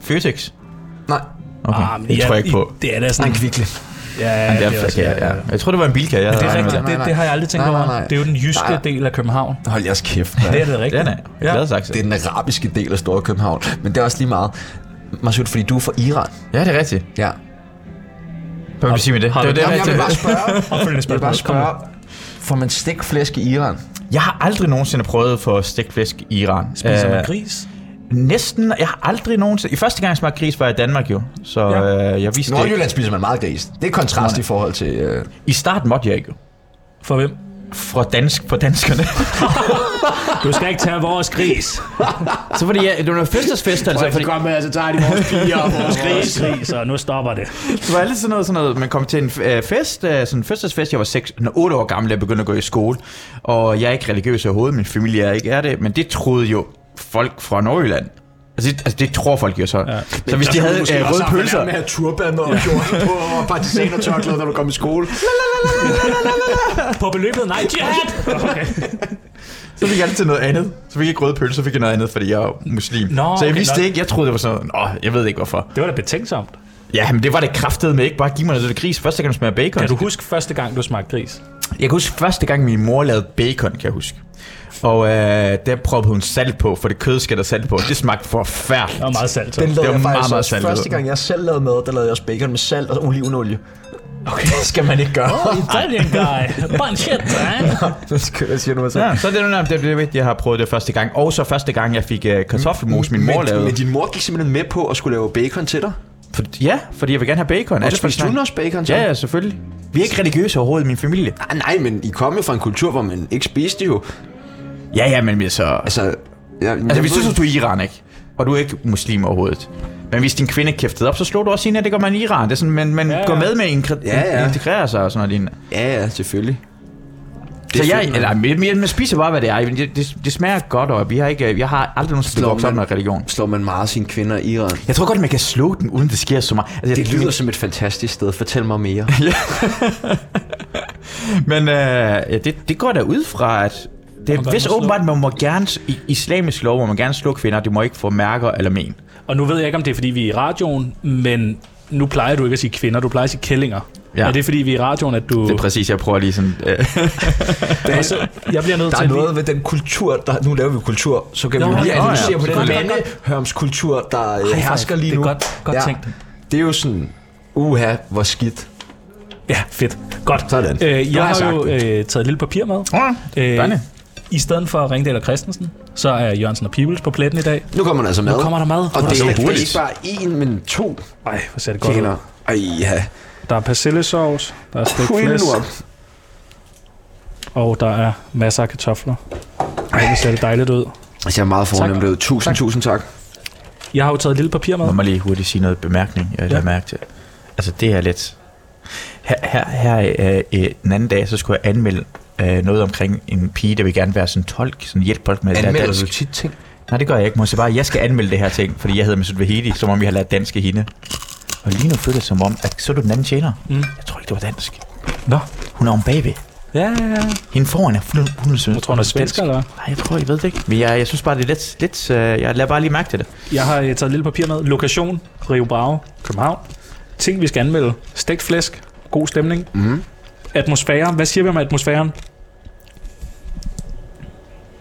[SPEAKER 3] Føtex?
[SPEAKER 2] Nej.
[SPEAKER 3] Okay,
[SPEAKER 1] Ah, men
[SPEAKER 3] det
[SPEAKER 1] I er-
[SPEAKER 3] tror jeg ikke på.
[SPEAKER 1] I- Det er da sådan...
[SPEAKER 2] En kvikle.
[SPEAKER 1] Ja, ja,
[SPEAKER 3] Det er,
[SPEAKER 1] det er også-
[SPEAKER 3] ja, ja. Jeg tror, det var en bilka, jeg
[SPEAKER 1] Det
[SPEAKER 3] havde
[SPEAKER 1] er
[SPEAKER 3] regnet
[SPEAKER 1] rigtigt,
[SPEAKER 3] med.
[SPEAKER 1] det, det har jeg aldrig tænkt
[SPEAKER 2] Nej,
[SPEAKER 1] over.
[SPEAKER 2] nej, nej.
[SPEAKER 1] Det er jo den jyske del af København.
[SPEAKER 2] Hold jeres kæft, mand.
[SPEAKER 1] Det er det rigtigt.
[SPEAKER 3] Den er jeg glad sagt.
[SPEAKER 2] Det er den arabiske del af Store København. Men det er også lige meget. Masud, fordi du er fra Iran.
[SPEAKER 3] Ja, det er rigtigt.
[SPEAKER 2] Ja.
[SPEAKER 3] Hvad vil du sige med det?
[SPEAKER 1] Har
[SPEAKER 3] det
[SPEAKER 1] du-
[SPEAKER 3] var det,
[SPEAKER 2] Jamen, jeg vil bare spørge.
[SPEAKER 1] Opfølgende
[SPEAKER 2] Jeg vil
[SPEAKER 1] spørgsmål.
[SPEAKER 2] bare
[SPEAKER 1] Kom nu.
[SPEAKER 2] spørge. Får man stegt flæsk i Iran?
[SPEAKER 3] Jeg har aldrig nogensinde prøvet for stegt flæsk i Iran.
[SPEAKER 1] Spiser man
[SPEAKER 3] Øh,
[SPEAKER 1] gris?
[SPEAKER 3] Næsten. Jeg har aldrig nogensinde... I første gang, jeg smagte gris, var jeg i Danmark jo. Så
[SPEAKER 1] Ja.
[SPEAKER 3] øh, jeg viste det.
[SPEAKER 2] Nordjylland spiser man meget gris. Det er kontrast i forhold til... Øh,
[SPEAKER 3] I starten måtte jeg ikke jo.
[SPEAKER 1] For hvem?
[SPEAKER 3] Fra dansk på danskerne.
[SPEAKER 1] Du skal ikke tage vores gris.
[SPEAKER 3] så fordi jeg, det var noget fødselsfest, altså, fordi
[SPEAKER 5] godt med, altså tager de vores piger og vores
[SPEAKER 1] Vores gris, og nu stopper det.
[SPEAKER 3] det var altid sådan noget, sådan noget, man kom til en øh, fest, øh, sådan en fødselsfest, jeg var 6, 8 år gammel, jeg begyndte at gå i skole, og jeg er ikke religiøs overhovedet, min familie er ikke er det, men det troede jo folk fra Nordjylland. Altså det, altså, det tror folk jo så. Ja. Så hvis
[SPEAKER 2] Altså,
[SPEAKER 3] de havde øh, røde pølser,
[SPEAKER 5] med at have turban og kjorten på og partisaner tørklæde, når du kom i skole.
[SPEAKER 1] På beløbet? Nej, jihad! Okay.
[SPEAKER 3] Så fik jeg altid noget andet. Så fik jeg ikke røde pølser, så fik jeg noget andet, fordi jeg er muslim.
[SPEAKER 1] Nå,
[SPEAKER 3] så jeg
[SPEAKER 1] okay,
[SPEAKER 3] vidste
[SPEAKER 1] nå.
[SPEAKER 3] ikke, jeg troede, det var sådan, åh, jeg ved ikke hvorfor.
[SPEAKER 1] Det var da betænksomt.
[SPEAKER 3] Ja, men det var det kraftede med, ikke? Bare giv mig noget af det gris. Første gang, du smager bacon.
[SPEAKER 1] Kan du huske første gang, du smagte gris?
[SPEAKER 3] Jeg kan huske første gang, min mor lavede bacon, kan jeg huske. Og øh, der proppede hun salt på, for det kød skal der salt på. Det smagte forfærdeligt.
[SPEAKER 1] Der var meget salt. så.
[SPEAKER 2] den lavede
[SPEAKER 3] var
[SPEAKER 2] jeg
[SPEAKER 3] meget,
[SPEAKER 2] faktisk
[SPEAKER 3] meget
[SPEAKER 2] også.
[SPEAKER 3] saltet.
[SPEAKER 2] Første gang, jeg selv lavede mad, der lavede jeg også bacon med salt og olivenolie. Okay, det skal man ikke gøre.
[SPEAKER 1] Italian guy. Pancetta, eh?
[SPEAKER 2] Hvad siger du mig så?
[SPEAKER 3] Ja, så det er det, det, det, det, jeg har prøvet det første gang. Og så første gang, jeg fik øh, kartoffelmos, min mor
[SPEAKER 5] Men,
[SPEAKER 3] lavede.
[SPEAKER 5] men din mor gik simpelthen med på at skulle lave bacon til dig.
[SPEAKER 3] For, ja, fordi jeg vil gerne have bacon.
[SPEAKER 5] Og
[SPEAKER 3] Alle folk
[SPEAKER 5] spiste du
[SPEAKER 3] snakker-
[SPEAKER 5] også bacon til
[SPEAKER 3] Ja, ja, selvfølgelig. Vi er ikke religiøse overhovedet i min familie.
[SPEAKER 5] Nej, nej, men I kom jo fra en kultur, hvor man ikke spiste jo.
[SPEAKER 3] Ja, ja, men vi er så...
[SPEAKER 5] Altså, jeg,
[SPEAKER 3] Altså,
[SPEAKER 5] jeg
[SPEAKER 3] hvis du
[SPEAKER 5] ved-
[SPEAKER 3] synes, du er Iran, ikke? Og du er ikke muslim overhovedet. Men hvis din kvinde kæftede op, så slår du også hende, at det gør man i Iran. Det er sådan, man, man
[SPEAKER 1] Ja,
[SPEAKER 3] ja,
[SPEAKER 1] ja.
[SPEAKER 3] går med med at inkre-
[SPEAKER 5] Ja, ja.
[SPEAKER 3] integrere sig og sådan noget lignende.
[SPEAKER 5] Ja, ja, selvfølgelig.
[SPEAKER 3] Så jeg,
[SPEAKER 5] fedt,
[SPEAKER 3] eller, men- men man spiser bare, hvad det er. Men Det, det, det smager godt, og vi har ikke, jeg har aldrig nogensinde
[SPEAKER 5] Slår
[SPEAKER 3] vokset op
[SPEAKER 5] man-
[SPEAKER 3] med religion.
[SPEAKER 5] Slår man meget sine kvinder i Iran?
[SPEAKER 3] Jeg tror godt, man kan slå den, uden det sker så meget. Altså,
[SPEAKER 5] Det
[SPEAKER 3] jeg-
[SPEAKER 5] lyder som et fantastisk sted. Fortæl mig mere.
[SPEAKER 3] Men øh, ja, det, det går der ud fra, at det
[SPEAKER 1] Man
[SPEAKER 3] er
[SPEAKER 1] godt
[SPEAKER 3] vist
[SPEAKER 1] må slå.
[SPEAKER 3] åbenbart, man må gerne, i islamisk lov, må man gerne slå kvinder, det må ikke få mærker eller men.
[SPEAKER 1] Og nu ved jeg ikke, om det er, fordi vi er i radioen, men nu plejer du ikke at sige kvinder, du plejer at sige kællinger.
[SPEAKER 3] Ja.
[SPEAKER 1] Ja. Er det, fordi vi er i radioen, at du...
[SPEAKER 3] Det er præcis, jeg prøver lige sådan... Øh.
[SPEAKER 1] Og så, jeg bliver nødt til...
[SPEAKER 2] Der er
[SPEAKER 1] at
[SPEAKER 2] noget ved den kultur, der, nu laver vi kultur, så kan
[SPEAKER 1] Nå,
[SPEAKER 2] vi jo
[SPEAKER 1] nå,
[SPEAKER 2] lige
[SPEAKER 1] ja.
[SPEAKER 2] analysere på
[SPEAKER 1] Det er
[SPEAKER 2] den
[SPEAKER 1] godt, godt,
[SPEAKER 2] mandehørmskultur, der øh,
[SPEAKER 1] five.
[SPEAKER 2] hersker lige
[SPEAKER 1] Det
[SPEAKER 2] nu.
[SPEAKER 1] er godt- godt tænkt.
[SPEAKER 2] Det er jo sådan, uha, hvor skidt.
[SPEAKER 1] Lige... Ja, fedt. Godt.
[SPEAKER 2] Sådan.
[SPEAKER 1] Øh,
[SPEAKER 2] Nu
[SPEAKER 1] jeg
[SPEAKER 2] har jeg
[SPEAKER 1] har
[SPEAKER 2] sagt
[SPEAKER 1] jo øh, taget et lille papir med. Øh,
[SPEAKER 3] Dejligt.
[SPEAKER 1] I stedet for Ringdal og Christensen, så er Jørgensen og Pibels på pletten i dag.
[SPEAKER 5] Nu kommer der altså mad.
[SPEAKER 1] Nu kommer der mad.
[SPEAKER 5] Og det er,
[SPEAKER 1] Hvor er det
[SPEAKER 5] det er
[SPEAKER 1] hurtigt.
[SPEAKER 5] ikke bare én, men to
[SPEAKER 1] Ej, hvor ser det godt
[SPEAKER 5] kæner.
[SPEAKER 1] ud.
[SPEAKER 5] Ej, ja.
[SPEAKER 1] Der er persillesauce, der er stegt
[SPEAKER 5] Hold
[SPEAKER 1] flæsk,
[SPEAKER 5] nu op.
[SPEAKER 1] og der er masser af kartofler. Ej, det ser det dejligt ud.
[SPEAKER 5] Det
[SPEAKER 2] Altså,
[SPEAKER 5] ser meget fornemt ud. Tusind, tusind tak.
[SPEAKER 1] Jeg har jo taget et lille papir med.
[SPEAKER 3] Må man lige hurtigt sige noget bemærkning, jeg ja.
[SPEAKER 1] Ja.
[SPEAKER 3] mærke til. Altså, det er lidt... Her, her, her øh, øh, den anden dag, så skulle jeg anmelde øh, noget omkring en pige, der vil gerne være sådan tolk, sådan hjælpe folk med at lære
[SPEAKER 2] Anmelder du
[SPEAKER 3] dansk.
[SPEAKER 2] tit ting?
[SPEAKER 3] Nej, det gør jeg ikke. Må jeg så bare, jeg skal anmelde det her ting, fordi jeg hedder Mesut Vahedi, som om jeg har lært dansk af hende. Og lige nu føler det som om, at så du den anden tjener. Mm. Jeg tror ikke, det var dansk.
[SPEAKER 1] Nå.
[SPEAKER 3] Hun er om bagved.
[SPEAKER 1] Ja, ja, ja.
[SPEAKER 3] Hende foran er hun, hun, hun,
[SPEAKER 1] Jeg tror, hun er svensker, eller hvad?
[SPEAKER 3] Nej, jeg tror, jeg ved det ikke. Men jeg, jeg synes bare, det er lidt... lidt øh, jeg lader bare lige mærke til det.
[SPEAKER 1] Jeg har øh, taget et lille papir med. Lokation, Rio Brave, København. Ting, vi skal anmelde. Stegt flæsk, god stemning. Mm.
[SPEAKER 2] Mhm.
[SPEAKER 1] Atmosfære. Hvad siger vi om atmosfæren?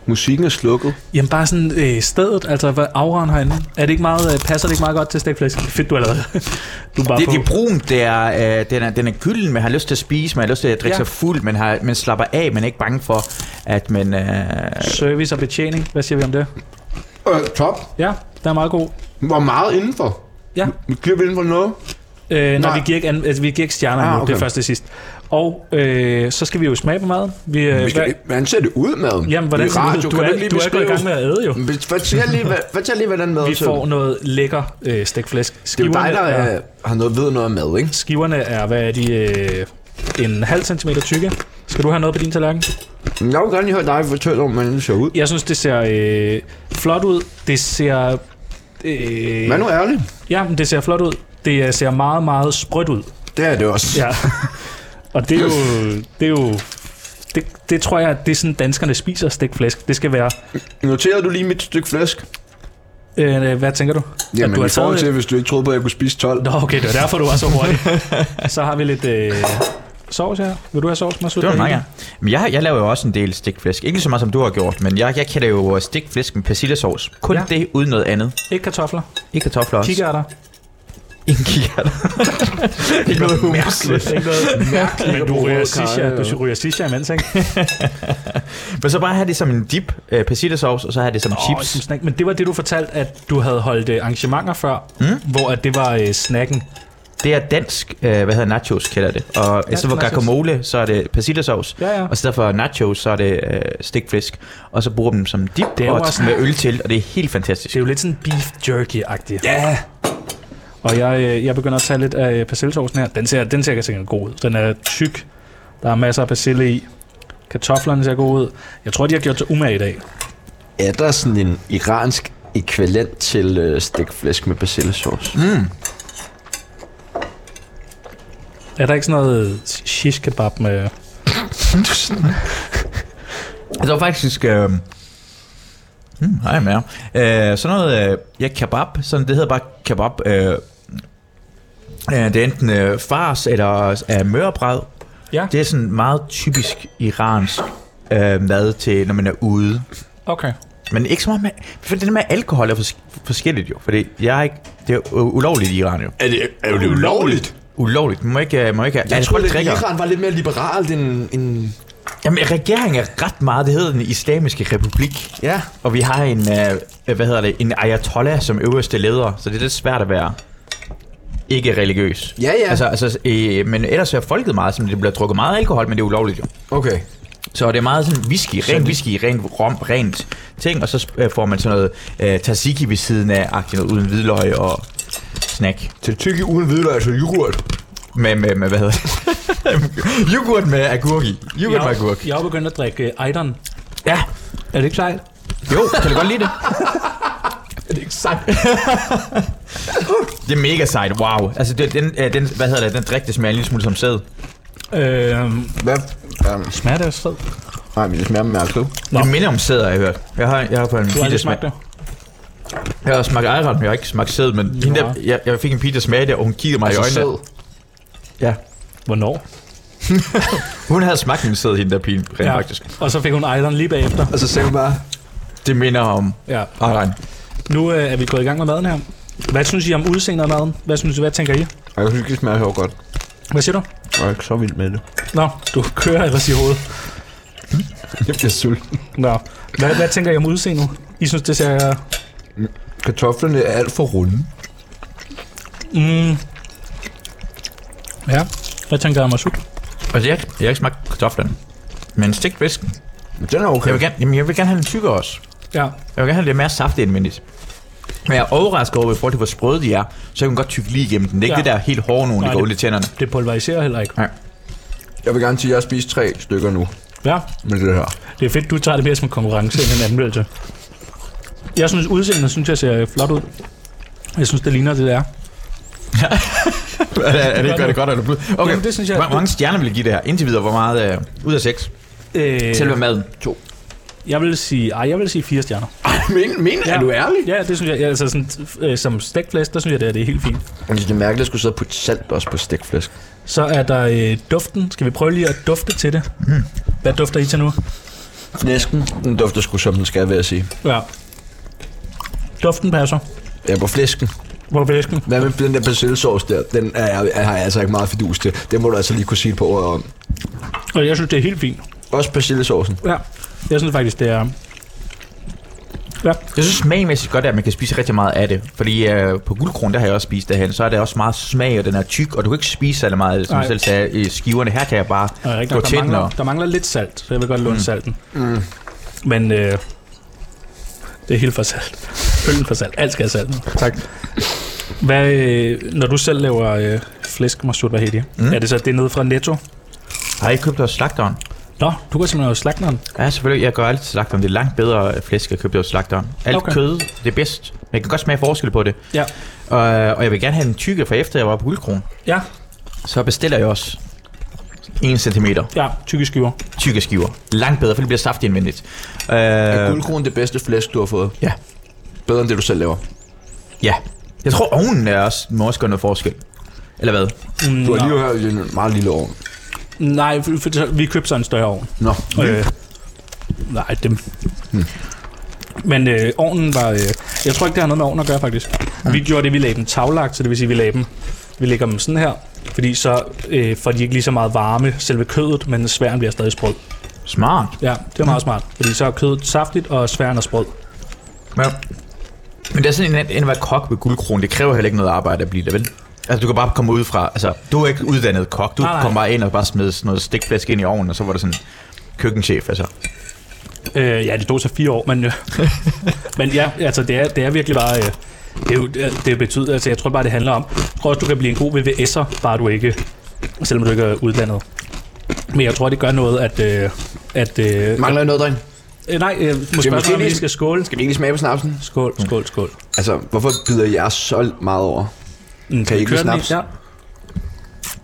[SPEAKER 5] Musikken er slukket.
[SPEAKER 1] Jamen bare sådan øh, stedet, altså hvad afrøren herinde. Er det ikke meget, øh, passer det ikke meget godt til stegt flæsk? Fedt, du er allerede. Du er bare
[SPEAKER 3] Det,
[SPEAKER 1] på.
[SPEAKER 3] det er brunt, det er, øh, den, er, den er gylden, man har lyst til at spise, man har lyst til at drikke
[SPEAKER 1] Ja.
[SPEAKER 3] ja. sig fuld, man, har, man slapper af, man er ikke bange for, at man... Øh,
[SPEAKER 1] Service og betjening. Hvad siger vi om det?
[SPEAKER 5] Øh, top.
[SPEAKER 1] Ja, der er meget god.
[SPEAKER 5] Hvor meget indenfor?
[SPEAKER 1] Ja.
[SPEAKER 5] Vi giver vi indenfor noget.
[SPEAKER 1] Øh, når
[SPEAKER 5] Nej.
[SPEAKER 1] vi giver ikke, an, altså, vi giver ikke stjerner
[SPEAKER 5] Ah,
[SPEAKER 1] ah, okay. nu, det
[SPEAKER 5] okay.
[SPEAKER 1] er først til sidst. Og øh, så skal vi jo smage på maden. Vi, øh,
[SPEAKER 5] Vi skal, hvordan ser det ud, maden?
[SPEAKER 1] Jamen, hvordan
[SPEAKER 5] Det er
[SPEAKER 1] ser det
[SPEAKER 5] rart,
[SPEAKER 1] ud?
[SPEAKER 5] Du,
[SPEAKER 1] Du
[SPEAKER 5] kan
[SPEAKER 1] er-
[SPEAKER 5] ikke lige Mm.
[SPEAKER 1] du er gået i gang med at æde, jo.
[SPEAKER 5] Men Fortæl lige, hvad- fortæl lige hvordan maden
[SPEAKER 1] vi
[SPEAKER 5] ser ud.
[SPEAKER 1] får noget lækker øh, stegflæsk.
[SPEAKER 5] Det er jo dig, der
[SPEAKER 1] er,
[SPEAKER 5] er, har noget ved noget om mad, ikke?
[SPEAKER 1] skiverne er, hvad er de, øh, en halv centimeter tykke. Skal du have noget på din tallerken?
[SPEAKER 5] Men Jeg vil gerne lige høre dig fortælle om, hvordan det ser ud.
[SPEAKER 1] Jeg synes, det ser øh, flot ud. Det ser... Øh,
[SPEAKER 5] Men nu ærlig.
[SPEAKER 1] Ja, men det ser flot ud. Det øh, ser meget, meget sprødt ud.
[SPEAKER 5] Det er det også.
[SPEAKER 1] Ja. Og det er jo... Det, er jo det, det tror jeg, det er sådan, danskerne spiser stegflæsk. Det skal være...
[SPEAKER 5] Noterede du lige mit stykke flæsk?
[SPEAKER 1] Øh, hvad tænker du? At
[SPEAKER 5] Jamen,
[SPEAKER 1] du
[SPEAKER 5] i
[SPEAKER 1] har
[SPEAKER 5] forhold
[SPEAKER 1] taget-
[SPEAKER 5] til, hvis du ikke troede på, at jeg kunne spise 12.
[SPEAKER 1] Nå, okay, det var derfor, du var så hurtig. så har vi lidt øh, sovs her. Vil du have sovs, Masud?
[SPEAKER 3] Det var meget gerne. Men jeg, jeg laver jo også en del stikflæsk. Ikke lige så meget, som du har gjort, men jeg, jeg kender jo stikflæsk med persillesauce. Kun
[SPEAKER 1] Ja.
[SPEAKER 3] ja. det, uden noget andet.
[SPEAKER 1] Ikke kartofler.
[SPEAKER 3] Ikke kartofler også.
[SPEAKER 1] Kikærter.
[SPEAKER 3] Ingen kikærter. ikke noget humus.
[SPEAKER 1] Ikke noget mærkeligt. Men du ryger
[SPEAKER 5] overhovedet, Karin,
[SPEAKER 1] sisha,
[SPEAKER 5] eller?
[SPEAKER 1] du ryger sisha imens, ikke?
[SPEAKER 3] Men så bare have det som en dip, øh, persillesauce, og så have det som oh,
[SPEAKER 1] Chips. Som
[SPEAKER 3] chips.
[SPEAKER 1] snack. Men det var det, du fortalte, at du havde holdt øh, arrangementer før,
[SPEAKER 3] Hmm?
[SPEAKER 1] mm? hvor at det var øh, snacken.
[SPEAKER 3] Det er dansk, øh, hvad hedder nachos, kalder det. Og i stedet for
[SPEAKER 1] nachos.
[SPEAKER 3] guacamole, så er det persillesauce.
[SPEAKER 1] Ja, ja.
[SPEAKER 3] Og i stedet for nachos, så er det øh, stikflæsk. Og så bruger dem som dip
[SPEAKER 1] Det er jo
[SPEAKER 3] og
[SPEAKER 1] også-
[SPEAKER 3] med øl til, og det er helt fantastisk.
[SPEAKER 1] Det er jo lidt sådan beef jerky-agtigt. Ja! Yeah. Og jeg, øh, jeg begynder at tage lidt af persillesausen her. Den ser, den ser sikkert god ud. Den er tyk. Der er masser af persille i. Kartoflerne ser gode ud. Jeg tror, de har gjort sig umage i dag.
[SPEAKER 2] Er der sådan en iransk ekvivalent til øh, stikflæsk med persillesauce? Mm.
[SPEAKER 1] Er der ikke sådan noget shish kebab med...
[SPEAKER 3] Det var faktisk... Øh, hmm, hej med jer. øh, Sådan noget... Øh, ja, kebab. Sådan, det hedder bare kebab. Øh, øh, det er enten øh, fars eller øh, mørbræd.
[SPEAKER 1] Ja,
[SPEAKER 3] Det er sådan meget typisk iransk øh, mad til, når man er ude.
[SPEAKER 1] okay.
[SPEAKER 3] Men ikke så meget med... For det med alkohol er fors- forskelligt jo. Fordi jeg er ikke... Det er jo ulovligt i Iran jo.
[SPEAKER 5] Er det, er det ulovligt?
[SPEAKER 3] Ulovligt. Man må ikke, øh, må ikke have...
[SPEAKER 2] Jeg
[SPEAKER 3] altså,
[SPEAKER 2] tror,
[SPEAKER 3] folk
[SPEAKER 2] at
[SPEAKER 3] drikker.
[SPEAKER 2] Iran var lidt mere liberalt end... end...
[SPEAKER 3] Jamen, regeringen er ret meget. Det hedder den islamiske republik.
[SPEAKER 2] Ja.
[SPEAKER 3] Og vi har en, øh, hvad hedder det, en ayatollah som øverste leder, så det er lidt svært at være ikke religiøs.
[SPEAKER 2] Ja, ja.
[SPEAKER 3] Altså, altså, øh, men ellers er folket meget, som det bliver drukket meget alkohol, men det er ulovligt jo.
[SPEAKER 2] Okay.
[SPEAKER 3] Så det er meget sådan whisky, ren whisky, ren rom, rent ting, og så øh, får man sådan noget øh, tzatziki ved siden af, agtigt noget uden hvidløg og snack.
[SPEAKER 2] Til tykke uden hvidløg, altså yoghurt.
[SPEAKER 3] Med, med, med hvad hedder det? Yoghurt med agurk i. Yoghurt med agurk.
[SPEAKER 1] jeg er jo begyndt at drikke øh, Ejderen.
[SPEAKER 3] Ja.
[SPEAKER 1] Er det ikke sejt?
[SPEAKER 3] Jo, kan du godt lide det? det er ikke sejt. det er mega sejt, wow. Altså, det, den, øh, den, hvad hedder det, den drik, det smager en lille smule som sæd.
[SPEAKER 1] Øh,
[SPEAKER 5] Hvad? Um,
[SPEAKER 1] smager det af sæd?
[SPEAKER 5] nej, men det smager mærkeligt.
[SPEAKER 1] Nå.
[SPEAKER 3] Det minder om sæd, har jeg hørt. Jeg har, jeg har fået en
[SPEAKER 1] Du har
[SPEAKER 3] pige, der
[SPEAKER 1] aldrig
[SPEAKER 3] smag.
[SPEAKER 1] smagt det?
[SPEAKER 3] Jeg har smagt ejret, men jeg har ikke smagt sæd, men hende der, jeg, jeg fik en pige, der smagte det, og hun kiggede mig
[SPEAKER 2] Altså
[SPEAKER 3] i øjnene. Ja.
[SPEAKER 1] Hvornår?
[SPEAKER 3] Hun havde smagt min sæd, hende der pige, rent ja. faktisk.
[SPEAKER 1] Og så fik hun Ejderen lige bagefter.
[SPEAKER 2] Og
[SPEAKER 5] Altså,
[SPEAKER 2] så sagde hun bare,
[SPEAKER 3] Det minder om
[SPEAKER 1] Ja.
[SPEAKER 3] ejret.
[SPEAKER 1] Nu øh, er vi gået i gang med maden her. Hvad synes I om udseendet af maden? Hvad synes I, hvad tænker I?
[SPEAKER 5] Og jeg synes, det smager så godt.
[SPEAKER 1] Hvad siger du?
[SPEAKER 5] Jeg er ikke så vild med det.
[SPEAKER 1] Nå, du kører ellers i hovedet.
[SPEAKER 5] Jeg bliver sulten.
[SPEAKER 1] Nå. Hvad, hvad tænker I om udseendet? I synes, det ser...
[SPEAKER 5] Kartoflerne er alt for runde.
[SPEAKER 1] Mm. Ja. Hvad tænker I om Masud?
[SPEAKER 3] Altså, jeg, jeg har ikke smagt kartoflerne. Men stegt fisk.
[SPEAKER 5] Men den er okay.
[SPEAKER 3] Jeg vil gerne, jamen, jeg vil gerne have den tykkere også.
[SPEAKER 1] Ja.
[SPEAKER 3] Jeg vil gerne have lidt mere saft indvendigt. Men jeg er overrasket over, i forhold til hvor sprøde de er, så jeg kan godt tykke lige igennem den. Det er ikke
[SPEAKER 1] Ja.
[SPEAKER 3] ja. det der helt hårde nogen,
[SPEAKER 1] Nej,
[SPEAKER 3] der går
[SPEAKER 1] det-
[SPEAKER 3] ud i tænderne.
[SPEAKER 1] Det pulveriserer heller ikke.
[SPEAKER 5] Jeg vil gerne sige, at jeg har spist tre stykker nu
[SPEAKER 1] Ja.
[SPEAKER 5] med det her.
[SPEAKER 1] Det er fedt, du tager det mere som en konkurrence end en anmeldelse. Jeg synes, udseendet synes jeg ser flot ud. Jeg synes, det ligner det, det er.
[SPEAKER 3] er, det, er det, gør det godt eller blød? Okay,
[SPEAKER 1] Jamen, det synes jeg-
[SPEAKER 3] Hvor mange stjerner vil I give det her? Indtil videre, hvor meget øh, ud af seks? Selve
[SPEAKER 1] Øh,
[SPEAKER 3] maden. To.
[SPEAKER 1] jeg vil sige, ej, jeg vil sige fire stjerner.
[SPEAKER 5] Men, men
[SPEAKER 1] Ja.
[SPEAKER 5] er du ærlig?
[SPEAKER 1] Ja, det synes jeg. ja, Altså sådan, øh, som stækflæs, der synes jeg, det er, det er helt fint.
[SPEAKER 2] jeg synes, det er mærkeligt, at jeg skulle sidde og putte salt også på stikflæsk.
[SPEAKER 1] Så er der øh, duften. Skal vi prøve lige at dufte til det? Mm. Hvad dufter I til nu?
[SPEAKER 2] Næsten. Den dufter sgu som den skal, vil jeg sige.
[SPEAKER 1] Ja. Duften passer.
[SPEAKER 2] Ja, på flæsken.
[SPEAKER 1] Hvor er væsken?
[SPEAKER 5] Hvad med den der persillesauce der? Den er, jeg- jeg, har jeg altså ikke meget fidus til. Det må du altså lige kunne sige et par ord om.
[SPEAKER 1] Og jeg synes, det er helt fint.
[SPEAKER 2] Også persillesaucen.
[SPEAKER 1] Ja. Jeg synes faktisk, det er... Ja.
[SPEAKER 3] Jeg synes smagmæssigt godt, at man kan spise rigtig meget af det. Fordi øh, på guldkron, der har jeg også spist derhen, så er det også meget smag, og den er tyk, og du kan ikke spise særlig meget, af det, som
[SPEAKER 1] Nej.
[SPEAKER 3] jeg selv sagde, i skiverne. Her kan jeg bare
[SPEAKER 1] Og jeg er rigtig
[SPEAKER 3] gå
[SPEAKER 1] nok,
[SPEAKER 3] til
[SPEAKER 1] der,
[SPEAKER 3] den
[SPEAKER 1] mangler,
[SPEAKER 3] og...
[SPEAKER 1] der mangler lidt salt, så jeg vil godt låne mm. salten. Mm. Men øh, det er helt for salt. Øllen for salt. Alt skal have salt.
[SPEAKER 6] Tak.
[SPEAKER 1] Hvad, øh, når du selv laver øh, flæsk, masud, hvad hedder det? Mm. Er det så det nede fra Netto?
[SPEAKER 3] Har I købt hos slagteren?
[SPEAKER 1] Nå, du går simpelthen hos slagteren.
[SPEAKER 3] Ja, selvfølgelig. Jeg gør altid slagteren. Det er langt bedre flæsk at købe hos slagteren. Alt
[SPEAKER 1] Okay.
[SPEAKER 3] okay. kød, det er bedst. Men jeg kan godt smage forskel på det.
[SPEAKER 1] Ja.
[SPEAKER 3] Og, og jeg vil gerne have den tykke, for efter jeg var på guldkron,
[SPEAKER 1] Ja,
[SPEAKER 3] så bestiller jeg også 1 cm
[SPEAKER 1] ja, tykke skiver.
[SPEAKER 3] tykke skiver. Langt bedre, for det bliver saftigt indvendigt. Øh,
[SPEAKER 2] Er guldkronen det bedste flæsk, du har fået?
[SPEAKER 3] ja.
[SPEAKER 2] Bedre end det, du selv laver.
[SPEAKER 3] ja. Jeg tror, ovnen er også, må også gøre noget forskel. Eller hvad?
[SPEAKER 1] Mm,
[SPEAKER 2] Du har
[SPEAKER 1] nå.
[SPEAKER 2] lige hørt i en meget lille ovn.
[SPEAKER 1] Nej, for, for, så- vi købte så en større ovn.
[SPEAKER 2] Nå,
[SPEAKER 1] Øh, nej, dem. Hmm. Men øh, ovnen var... Øh, jeg tror ikke, det har noget med ovnen at gøre, faktisk. Vi gjorde det, vi lagde dem taglagt, så det vil sige, vi lagde dem... Vi lægger dem sådan her, fordi så øh, får de ikke lige så meget varme, selve kødet, men sværen bliver stadig sprød.
[SPEAKER 3] Smart.
[SPEAKER 1] Ja, det er meget smart, fordi så er kødet saftigt, og sværen er sprød.
[SPEAKER 3] Ja. Men det er sådan en, en at være kok ved guldkronen. Det kræver heller ikke noget arbejde at blive det, vel? Altså, du kan bare komme ud fra... Altså, du er ikke uddannet kok. Du
[SPEAKER 1] Nej, nej.
[SPEAKER 3] kommer bare ind og bare smed sådan noget stikflæsk ind i ovnen, og så var der sådan køkkenchef, altså.
[SPEAKER 1] Øh, ja, det tog så fire år, men, øh, men ja, altså det er, det er virkelig bare... Øh, det, er jo, det, det betyder, altså jeg tror bare, det handler om... Jeg tror også, du kan blive en god VVS'er, bare du ikke... Selvom du ikke er uddannet. Men jeg tror, det gør noget, at... Øh, at øh,
[SPEAKER 2] mangler jeg noget, dreng?
[SPEAKER 1] øh, nej, øh, må
[SPEAKER 2] måske
[SPEAKER 1] spørge, om vi
[SPEAKER 2] lige-
[SPEAKER 1] skal skåle.
[SPEAKER 2] Skal vi ikke lige smage på snapsen?
[SPEAKER 1] Skål, skål, skål.
[SPEAKER 2] Altså, hvorfor bider jeg så meget over?
[SPEAKER 1] Mm,
[SPEAKER 2] Kan I ikke
[SPEAKER 1] køre den
[SPEAKER 2] snaps?
[SPEAKER 1] lige?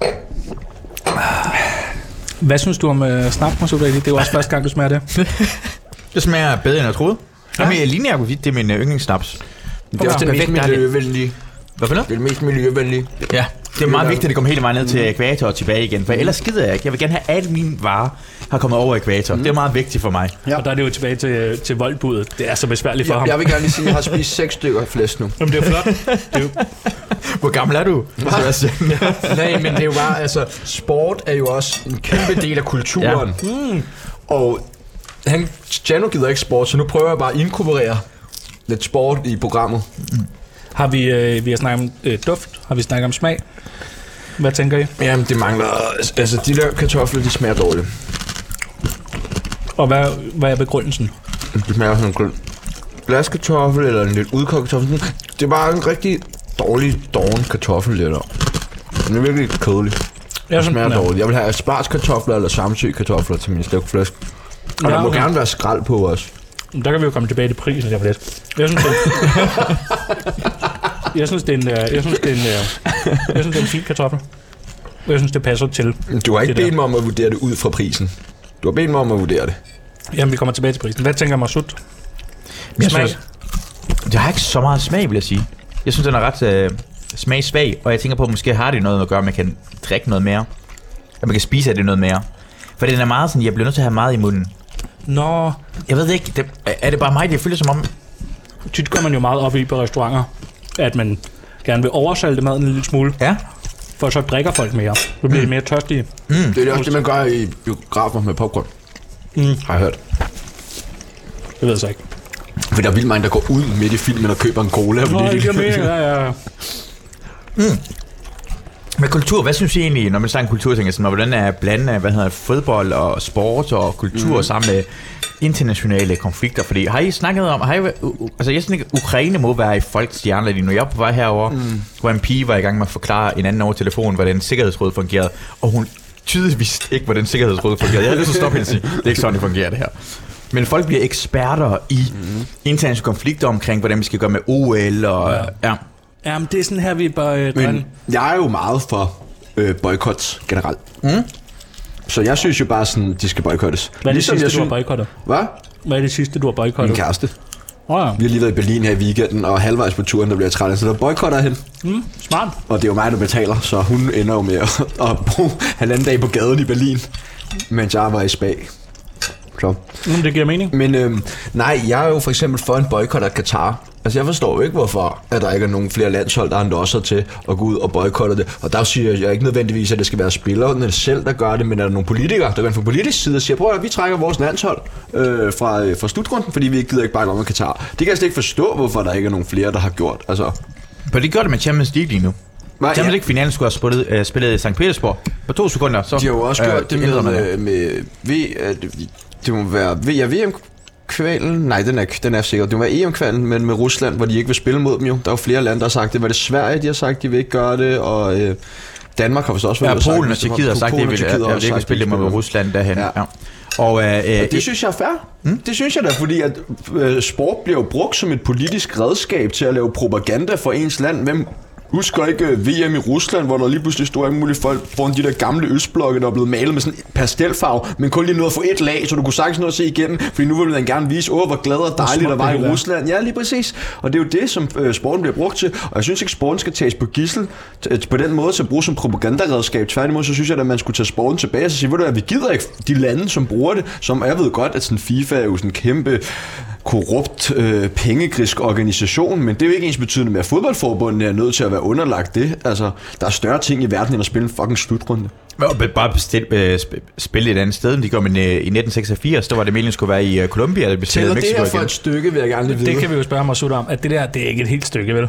[SPEAKER 1] Ja. Hvad synes du om øh, snaps, Masuda? Det er jo også første gang, du smager det.
[SPEAKER 3] Det smager bedre, end jeg troede. Ja. Jamen, jeg ligner, jeg kunne sige, det er min øh, yndlingssnaps.
[SPEAKER 2] Det er også den
[SPEAKER 3] Perfekt,
[SPEAKER 2] mest
[SPEAKER 3] dejligt.
[SPEAKER 2] miljøvenlige.
[SPEAKER 3] Hvad for noget?
[SPEAKER 2] Det er den mest miljøvenlige.
[SPEAKER 3] Ja, det er meget
[SPEAKER 2] der-
[SPEAKER 3] vigtigt, at det kommer hele vejen ned til ekvator og tilbage igen, for ellers gider jeg ikke. Jeg vil gerne have, at alle mine varer har kommet over ekvator. Mm. Det er meget vigtigt for mig.
[SPEAKER 1] Ja. Og der er det jo tilbage til, øh, til voldbuddet. Det er så besværligt for
[SPEAKER 2] Jeg,
[SPEAKER 1] ham.
[SPEAKER 2] jeg vil gerne lige sige, at jeg har spist seks stykker flæsk nu.
[SPEAKER 1] Jamen, det er flot. Det er jo,
[SPEAKER 3] Hvor gammel er du? Sebastian?
[SPEAKER 2] Nej, men det er jo bare, altså, sport er jo også en kæmpe del af kulturen. Ja. Mm. Og han, Jano gider ikke sport, så nu prøver jeg bare at inkorporere lidt sport i programmet.
[SPEAKER 1] Har vi, øh, vi har snakket om øh, duft, har vi snakket om smag. Hvad tænker I?
[SPEAKER 2] Jamen, det mangler... Altså, de der kartofler, de smager dårligt.
[SPEAKER 1] Og hvad, hvad er begrundelsen?
[SPEAKER 2] Det smager sådan en grøn glaskartoffel eller en lidt udkogt kartoffel. Sådan- Det er bare en rigtig dårlig, doven kartoffel, det der. Den er virkelig kedelig.
[SPEAKER 1] Jeg
[SPEAKER 2] Den smager dårligt. Jeg vil have asparskartofler eller samsø-kartofler til min stegflæsk. Og
[SPEAKER 1] Ja,
[SPEAKER 2] der må
[SPEAKER 1] okay.
[SPEAKER 2] gerne være skrald på også.
[SPEAKER 1] Der kan vi jo komme tilbage til prisen der for lidt. Jeg synes, den, jeg synes, det er en, øh, jeg synes, det er en, øh, jeg synes, det er en fin kartoffel. Jeg synes, det passer til.
[SPEAKER 2] Du har ikke
[SPEAKER 1] Det der.
[SPEAKER 2] bedt mig om at vurdere det ud fra prisen. Du har bedt mig om at vurdere det.
[SPEAKER 1] Jamen, vi kommer tilbage til prisen. Hvad tænker Masud?
[SPEAKER 3] Jeg
[SPEAKER 1] Smag?
[SPEAKER 3] synes, jeg har ikke så meget smag, vil jeg sige. Jeg synes, den er ret øh, smagsvag, og jeg tænker på, at måske har det noget at gøre, at man kan drikke noget mere. At man kan spise af det noget mere. For den er meget sådan, jeg bliver nødt til at have meget i munden.
[SPEAKER 1] Nå,
[SPEAKER 3] Jeg ved det ikke, det, er det bare mig, det føles som om...
[SPEAKER 1] tit går man jo meget op i på restauranter, at man gerne vil oversalte maden en lille smule,
[SPEAKER 3] Ja,
[SPEAKER 1] for så drikker folk mere. Så bliver de mere tørstige.
[SPEAKER 2] Det er det også det, man gør i biografer med popcorn. Mm. Har jeg hørt.
[SPEAKER 1] Det ved jeg så ikke.
[SPEAKER 2] For der er vildt mange, der går ud midt i filmen og køber en cola.
[SPEAKER 1] Nå,
[SPEAKER 2] fordi de-
[SPEAKER 1] det giver mening. Ja, ja, ja.
[SPEAKER 3] Men kultur, hvad synes I egentlig, når man snakker kultur, tænker jeg sådan, hvordan er blandet af, hvad hedder det, fodbold og sport og kultur mm. sammen med internationale konflikter? Fordi har I snakket om, har I, væ- u- u- altså jeg synes ikke, Ukraine må være i folks hjerner lige nu. Jeg var på vej herover, mm. hvor en pige var i gang med at forklare en anden over telefonen, hvordan sikkerhedsrådet fungerede, og hun tydeligvis ikke, hvordan sikkerhedsrådet fungerede. Jeg havde lyst til at stoppe hende og sige, det er ikke sådan, det fungerer det her. Men folk bliver eksperter i mm. internationale konflikter omkring, hvordan vi skal gøre med OL og... Ja. ja.
[SPEAKER 1] Jamen, det er sådan her, vi bare øh, gør den.
[SPEAKER 2] Men jeg er jo meget for øh, boykots generelt. Mm. Så jeg synes jo bare sådan, de skal boykottes. Ligesom
[SPEAKER 1] Hvad er det
[SPEAKER 3] ligesom
[SPEAKER 1] sidste, du har boykottet?
[SPEAKER 2] Hvad?
[SPEAKER 1] Hvad er det sidste, du har
[SPEAKER 2] Min
[SPEAKER 1] boykottet?
[SPEAKER 2] kæreste.
[SPEAKER 1] Åh oh,
[SPEAKER 2] Vi har lige været i Berlin her i weekenden, og halvvejs på turen, der bliver jeg træt, af, så der boykotter jeg hende.
[SPEAKER 1] mm, smart.
[SPEAKER 2] Og det er jo mig, der betaler, så hun ender jo med at, at bruge halvanden dag på gaden i Berlin, mens jeg var i Spag. Club.
[SPEAKER 1] Mm, det giver mening.
[SPEAKER 2] Men øhm, nej, jeg er jo for eksempel for en boykot af Katar. Altså jeg forstår jo ikke, hvorfor at der ikke er nogen flere landshold, der har nosser til at gå ud og boykotte det. Og der siger jeg ikke nødvendigvis, at det skal være spillerne selv, der gør det, men er der nogle politikere, der går ind fra politisk side og siger, prøv at høre, vi trækker vores landshold øh, fra, øh, fra slutrunden, fordi vi ikke gider ikke bakke om af Katar. Det kan jeg slet ikke forstå, hvorfor der ikke er nogen flere, der har gjort. Altså,
[SPEAKER 3] Men det gør det med Champions League lige nu.
[SPEAKER 2] nej,
[SPEAKER 3] Champions
[SPEAKER 2] ja,
[SPEAKER 3] League finalen skulle have spillet, øh, spillet i St. Petersborg på to sekunder. Så,
[SPEAKER 2] de har jo også gjort det
[SPEAKER 3] ændrede man
[SPEAKER 2] med, øh, med v, øh, det må være v, ja, VM kvalen Nej, den er, den er sikkert. Det var EM-kvalen, men med Rusland, hvor de ikke vil spille mod dem jo. Der er jo flere lande, der har sagt det. Var det Sverige, de har sagt, de vil ikke gøre det, og øh, Danmark har vist også
[SPEAKER 3] Ja,
[SPEAKER 2] været ude sagt,
[SPEAKER 3] Polen og
[SPEAKER 2] hvis det var-
[SPEAKER 3] Tjekkiet har sagt,
[SPEAKER 2] Polen
[SPEAKER 3] det
[SPEAKER 2] og
[SPEAKER 3] vil,
[SPEAKER 2] Tjekkiet har
[SPEAKER 3] jeg, jeg vil
[SPEAKER 2] også
[SPEAKER 3] ikke
[SPEAKER 2] sagt, de
[SPEAKER 3] spille dem
[SPEAKER 2] vil
[SPEAKER 3] mod Rusland derhen.
[SPEAKER 2] Ja.
[SPEAKER 3] Ja. Og øh, øh,
[SPEAKER 2] Det synes jeg er fair. Mm? Det synes jeg da, fordi at øh, sport bliver jo brugt som et politisk redskab til at lave propaganda for ens land. Hvem husker ikke øh, VM i Rusland, hvor der lige pludselig stod alle mulige folk foran de der gamle østblokke, der er blevet malet med sådan pastelfarve, men kun lige noget at få et lag, så du kunne sagtens nå at se igennem, fordi nu ville man gerne vise, åh, hvor glad og dejligt der
[SPEAKER 1] smukt
[SPEAKER 2] var
[SPEAKER 1] det
[SPEAKER 2] i
[SPEAKER 1] hele er."
[SPEAKER 2] Rusland. Ja, lige præcis. Og det er jo det, som øh, sporten bliver brugt til, og jeg synes ikke, sporten skal tages på gissel t- på den måde til at bruge som propagandaredskab. Tværtimod, så synes jeg, at man skulle tage sporten tilbage og så sige, ved du hvad, vi gider ikke de lande, som bruger det, som jeg ved godt, at sådan FIFA er jo sådan en kæmpe korrupt, øh, pengegrisk organisation, men det er jo ikke ens betydende med, at fodboldforbundet er nødt til at være underlagt det. Altså, der er større ting i verden, end at spille en fucking slutrunde.
[SPEAKER 3] Og b- bare bestil, øh, sp- spille et andet sted, end de gjorde men, øh, i 1986. Der var det meningen skulle være i øh, Colombia, eller bestillede
[SPEAKER 5] Tæller det
[SPEAKER 3] Mexico
[SPEAKER 5] her for
[SPEAKER 3] igen.
[SPEAKER 5] et stykke, vil jeg gerne lige vide.
[SPEAKER 1] Det kan vi jo spørge Masud om, at det der, det er ikke et helt stykke, vel?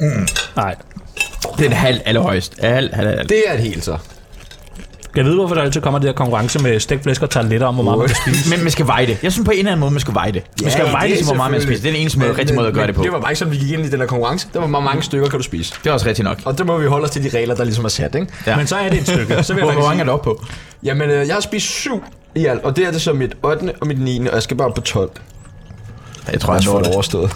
[SPEAKER 1] Mm. Nej.
[SPEAKER 3] Det er en halv allerhøjst. Halv, halv, halv.
[SPEAKER 5] det er et helt så.
[SPEAKER 1] Jeg ved, hvorfor der altid kommer det der konkurrence med stækflæsk og tarteletter om, hvor meget man kan spise.
[SPEAKER 3] Men man skal veje det. Jeg synes på en eller anden måde, man skal veje det. Man skal veje det, til, hvor meget man spiser. Det er den eneste måde, rigtig måde at gøre det på.
[SPEAKER 5] Det var bare ikke sådan, vi gik ind i den her konkurrence. Der var hvor mange stykker, kan du spise.
[SPEAKER 3] Det er også rigtigt nok.
[SPEAKER 5] Og der må vi holde os til de regler, der ligesom er sat, ikke?
[SPEAKER 3] Ja.
[SPEAKER 1] Men så er det et stykke. Så vil
[SPEAKER 3] Hvor,
[SPEAKER 1] jeg faktisk
[SPEAKER 3] hvor mange er
[SPEAKER 1] sige,
[SPEAKER 3] du oppe på?
[SPEAKER 5] Jamen, øh, jeg har spist syv i alt, og det her det er så mit 8. og mit 9. og jeg skal bare op på 12.
[SPEAKER 3] Jeg tror, jeg
[SPEAKER 5] Jeg får
[SPEAKER 3] når
[SPEAKER 5] det
[SPEAKER 3] det.
[SPEAKER 5] overstået.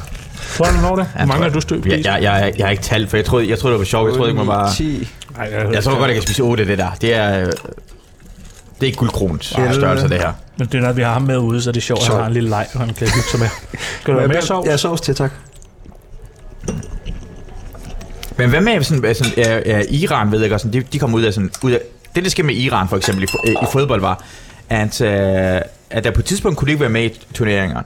[SPEAKER 1] tror du, du når det? Hvor mange er du stødt?
[SPEAKER 3] Jeg, jeg, jeg, jeg har ikke talt, for jeg troede, jeg troede det var sjovt. Jeg troede ikke, man var...
[SPEAKER 5] 10.
[SPEAKER 1] Ej, jeg,
[SPEAKER 3] Jeg tror godt, jeg kan spise 8 det der. Det er... øh, Det er ikke guldkronens størrelse, det her.
[SPEAKER 1] Men det er, når vi har ham med ude, så er det sjovt, at han har en lille leg, han kan hygge sig med. Skal du være med, Sov?
[SPEAKER 2] Jeg sovs til, tak.
[SPEAKER 3] Men hvad med sådan, øh, sådan ja, ja, Iran, ved jeg godt, sådan, de, de kommer ud af sådan... Ud af, det, der sker med Iran for eksempel i, fo- øh, i fodbold, var, at, øh, at der på et tidspunkt kunne de ikke være med i turneringerne.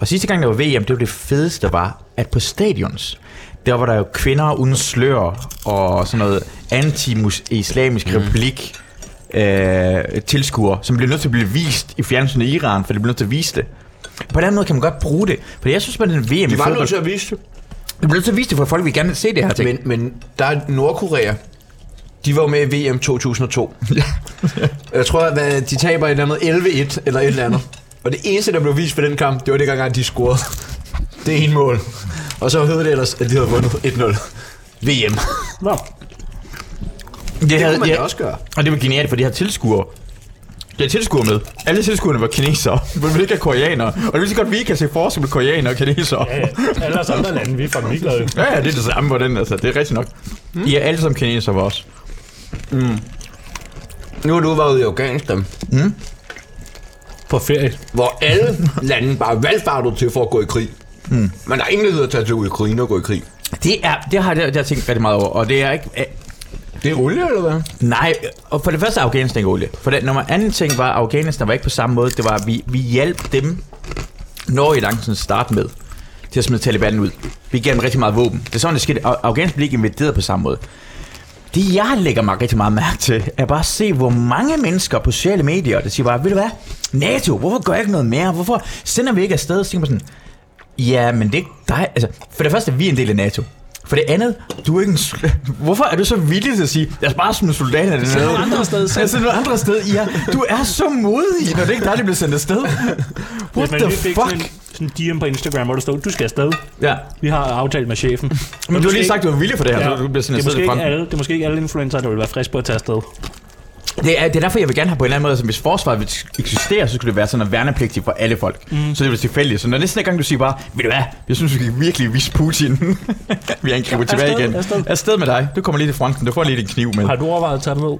[SPEAKER 3] Og sidste gang, der var VM, det var det fedeste, der var, at på stadions, der var der jo kvinder uden slør og sådan noget anti-islamisk mm. republik øh, tilskuer, som blev nødt til at blive vist i fjernsynet i Iran, for det blev nødt til at vise det. På den anden måde kan man godt bruge det, for jeg synes, man den VM i
[SPEAKER 2] Vi var
[SPEAKER 3] fodbold...
[SPEAKER 2] nødt til at vise det.
[SPEAKER 3] Vi blev nødt til at vise det, for folk vil gerne se det her ting.
[SPEAKER 2] Men, men der er Nordkorea. De var jo med i VM 2002.
[SPEAKER 5] Jeg tror, at hvad, de taber et eller andet 11-1 eller et eller andet. Og det eneste, der blev vist for den kamp, det var det gang, de scorede. Det er en mål. Og så hed det ellers, at de havde vundet 1-0. VM.
[SPEAKER 1] Nå,
[SPEAKER 3] Det,
[SPEAKER 5] Det
[SPEAKER 3] havde,
[SPEAKER 5] kunne man
[SPEAKER 3] det,
[SPEAKER 5] da også gøre.
[SPEAKER 3] og det var genialt, for de her tilskuere. Det er tilskuere med. Alle tilskuerne var kinesere, men vi ikke er koreanere. Og det vil så godt, at vi ikke kan se forskel på koreanere og kinesere.
[SPEAKER 1] ja, ja. alle os andre lande, vi er fucking ligeglade.
[SPEAKER 3] Ja, ja, det er det samme på den, altså. Det er rigtigt nok. Mm. I er alle sammen kinesere for os.
[SPEAKER 2] Nu har du været i Afghanistan.
[SPEAKER 1] På ferie.
[SPEAKER 2] hvor alle lande bare valgfartede til for at gå i krig. Mm. Men der er ingen, der hedder at tage til Ukraine og gå i krig.
[SPEAKER 3] Det, er, det har jeg, det har jeg tænkt rigtig meget over, og det er ikke... øh,
[SPEAKER 2] Det er olie, eller hvad?
[SPEAKER 3] Nej, og for det første er Afghanistan ikke olie. For det, nummer anden ting var, at Afghanistan var ikke på samme måde. Det var, at vi, vi hjalp dem, når i langt sådan start med, til at smide Taliban ud. Vi gav dem rigtig meget våben. Det er sådan, det skete. Af- Afghanistan blev ikke invaderet på samme måde. Det, jeg lægger mig rigtig meget mærke til, er bare at se, hvor mange mennesker på sociale medier, der siger bare, ved du hvad, NATO, hvorfor gør jeg ikke noget mere? Hvorfor sender vi ikke afsted? Så tænker man sådan, Ja, men det er ikke dig. Altså, for det første, vi er en del af NATO. For det andet, du er ikke en... sol- Hvorfor er du så villig til at sige, lad os bare smide soldaterne den Sæt nogle andre sted. Sæt nogle andre sted. Ja, du er så modig, når det ikke er dig, der bliver sendt afsted. What
[SPEAKER 1] man
[SPEAKER 3] the
[SPEAKER 1] lige fik sådan
[SPEAKER 3] fuck?
[SPEAKER 1] en- sådan en DM på Instagram, hvor der stod, du skal afsted.
[SPEAKER 3] Ja,
[SPEAKER 1] Vi har aftalt med chefen.
[SPEAKER 3] men du har lige
[SPEAKER 1] Måske-
[SPEAKER 3] sagt, du er villig for det her,
[SPEAKER 1] Ja,
[SPEAKER 3] så du bliver
[SPEAKER 1] det, er
[SPEAKER 3] sendt afsted
[SPEAKER 1] måske
[SPEAKER 3] i
[SPEAKER 1] ikke
[SPEAKER 3] fronten.
[SPEAKER 1] alle, det er måske ikke alle influencer, der vil være friske på at tage afsted.
[SPEAKER 3] Det er, det er derfor, jeg vil gerne have på en eller anden måde, altså, hvis forsvaret vil eksistere, så skulle det være sådan en værnepligtig for alle folk. Mm. Så det bliver tilfældigt. Så når næste gang du siger bare, ved du hvad, jeg synes, vi kan virkelig vise Putin. vi angriber tilbage
[SPEAKER 1] afsted,
[SPEAKER 3] igen.
[SPEAKER 1] afsted.
[SPEAKER 3] Afsted med dig. Du kommer lige til fronten. Du får lige din kniv med.
[SPEAKER 1] Har du overvejet at tage det med?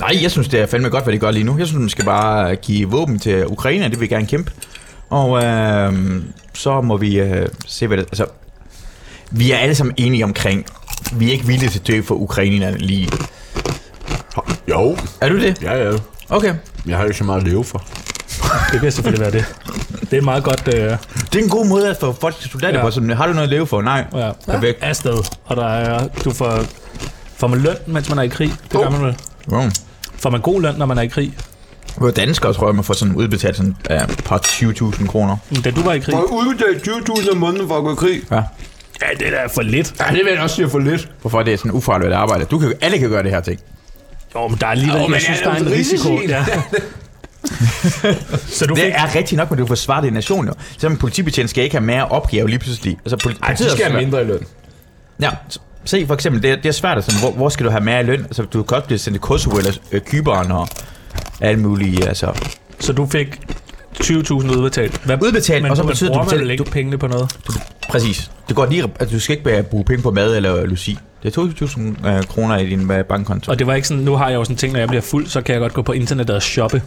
[SPEAKER 3] Nej, jeg synes, det er fandme godt, hvad de gør lige nu. Jeg synes, man skal bare give våben til Ukraine, det vil vi gerne kæmpe. Og øh, så må vi øh, se, hvad det... Altså, vi er alle sammen enige omkring, vi er ikke villige til at dø for ukrainerne lige.
[SPEAKER 2] Jo,
[SPEAKER 3] Er du det?
[SPEAKER 2] ja, ja.
[SPEAKER 3] Okay.
[SPEAKER 2] Jeg har ikke så meget at leve for.
[SPEAKER 1] Det kan selvfølgelig være det. Det er et meget godt øh,
[SPEAKER 3] Det er en god måde at få folk til soldater
[SPEAKER 1] Ja.
[SPEAKER 3] ja. på. Sådan, har du noget at leve for? Nej.
[SPEAKER 1] ja,
[SPEAKER 3] Perfekt.
[SPEAKER 1] afsted. Og der er, du får, får man løn, mens man er i krig. Det
[SPEAKER 3] Oh.
[SPEAKER 1] gør man vel.
[SPEAKER 3] Wow.
[SPEAKER 1] Får man god løn, når man er i krig.
[SPEAKER 3] Hvor danskere tror jeg, man får sådan udbetalt sådan ja, et par 20.000 kroner.
[SPEAKER 1] Men Da du var i krig,
[SPEAKER 2] Og uddelt 20.000 om måneden for at gå i krig.
[SPEAKER 3] Ja.
[SPEAKER 1] ja, det er da for lidt.
[SPEAKER 5] Ja, det vil jeg også sige for lidt.
[SPEAKER 3] Hvorfor er det sådan ufarligt arbejde? Du kan, alle kan gøre det her ting.
[SPEAKER 1] Jo, men der er alligevel,
[SPEAKER 5] Jo, men
[SPEAKER 1] jeg synes,
[SPEAKER 5] er
[SPEAKER 1] der er
[SPEAKER 5] jo
[SPEAKER 1] en
[SPEAKER 5] et
[SPEAKER 1] risiko.
[SPEAKER 5] risici.
[SPEAKER 1] Ja. Så du fik,
[SPEAKER 3] Det er rigtigt nok, at du forsvarer din nation jo. Selvom en politibetjent skal ikke have mere opgave lige pludselig. Altså, politi-
[SPEAKER 5] Ej, de skal have mindre i løn.
[SPEAKER 3] Ja, s- se for eksempel, det er, det er svært, altså, hvor, hvor skal du have mere i løn? Altså, du kan godt blive sendt til Kosovo eller øh, Kyberen og alt muligt, altså.
[SPEAKER 1] så du fik 20.000 udbetalt. Hvad,
[SPEAKER 3] Udbetalt,
[SPEAKER 1] men,
[SPEAKER 3] og så
[SPEAKER 1] men
[SPEAKER 3] betyder det,
[SPEAKER 1] bruger man
[SPEAKER 3] du selv-
[SPEAKER 1] vel ikke
[SPEAKER 3] du-
[SPEAKER 1] pengene på noget?
[SPEAKER 3] Præcis. Det går lige, altså, du skal ikke bare bruge penge på mad eller luci. Det er 2.000 øh, kroner i din øh, bankkonto.
[SPEAKER 1] Og det var ikke sådan, nu har jeg jo sådan en ting, når jeg bliver fuld, så kan jeg godt gå på internettet og shoppe.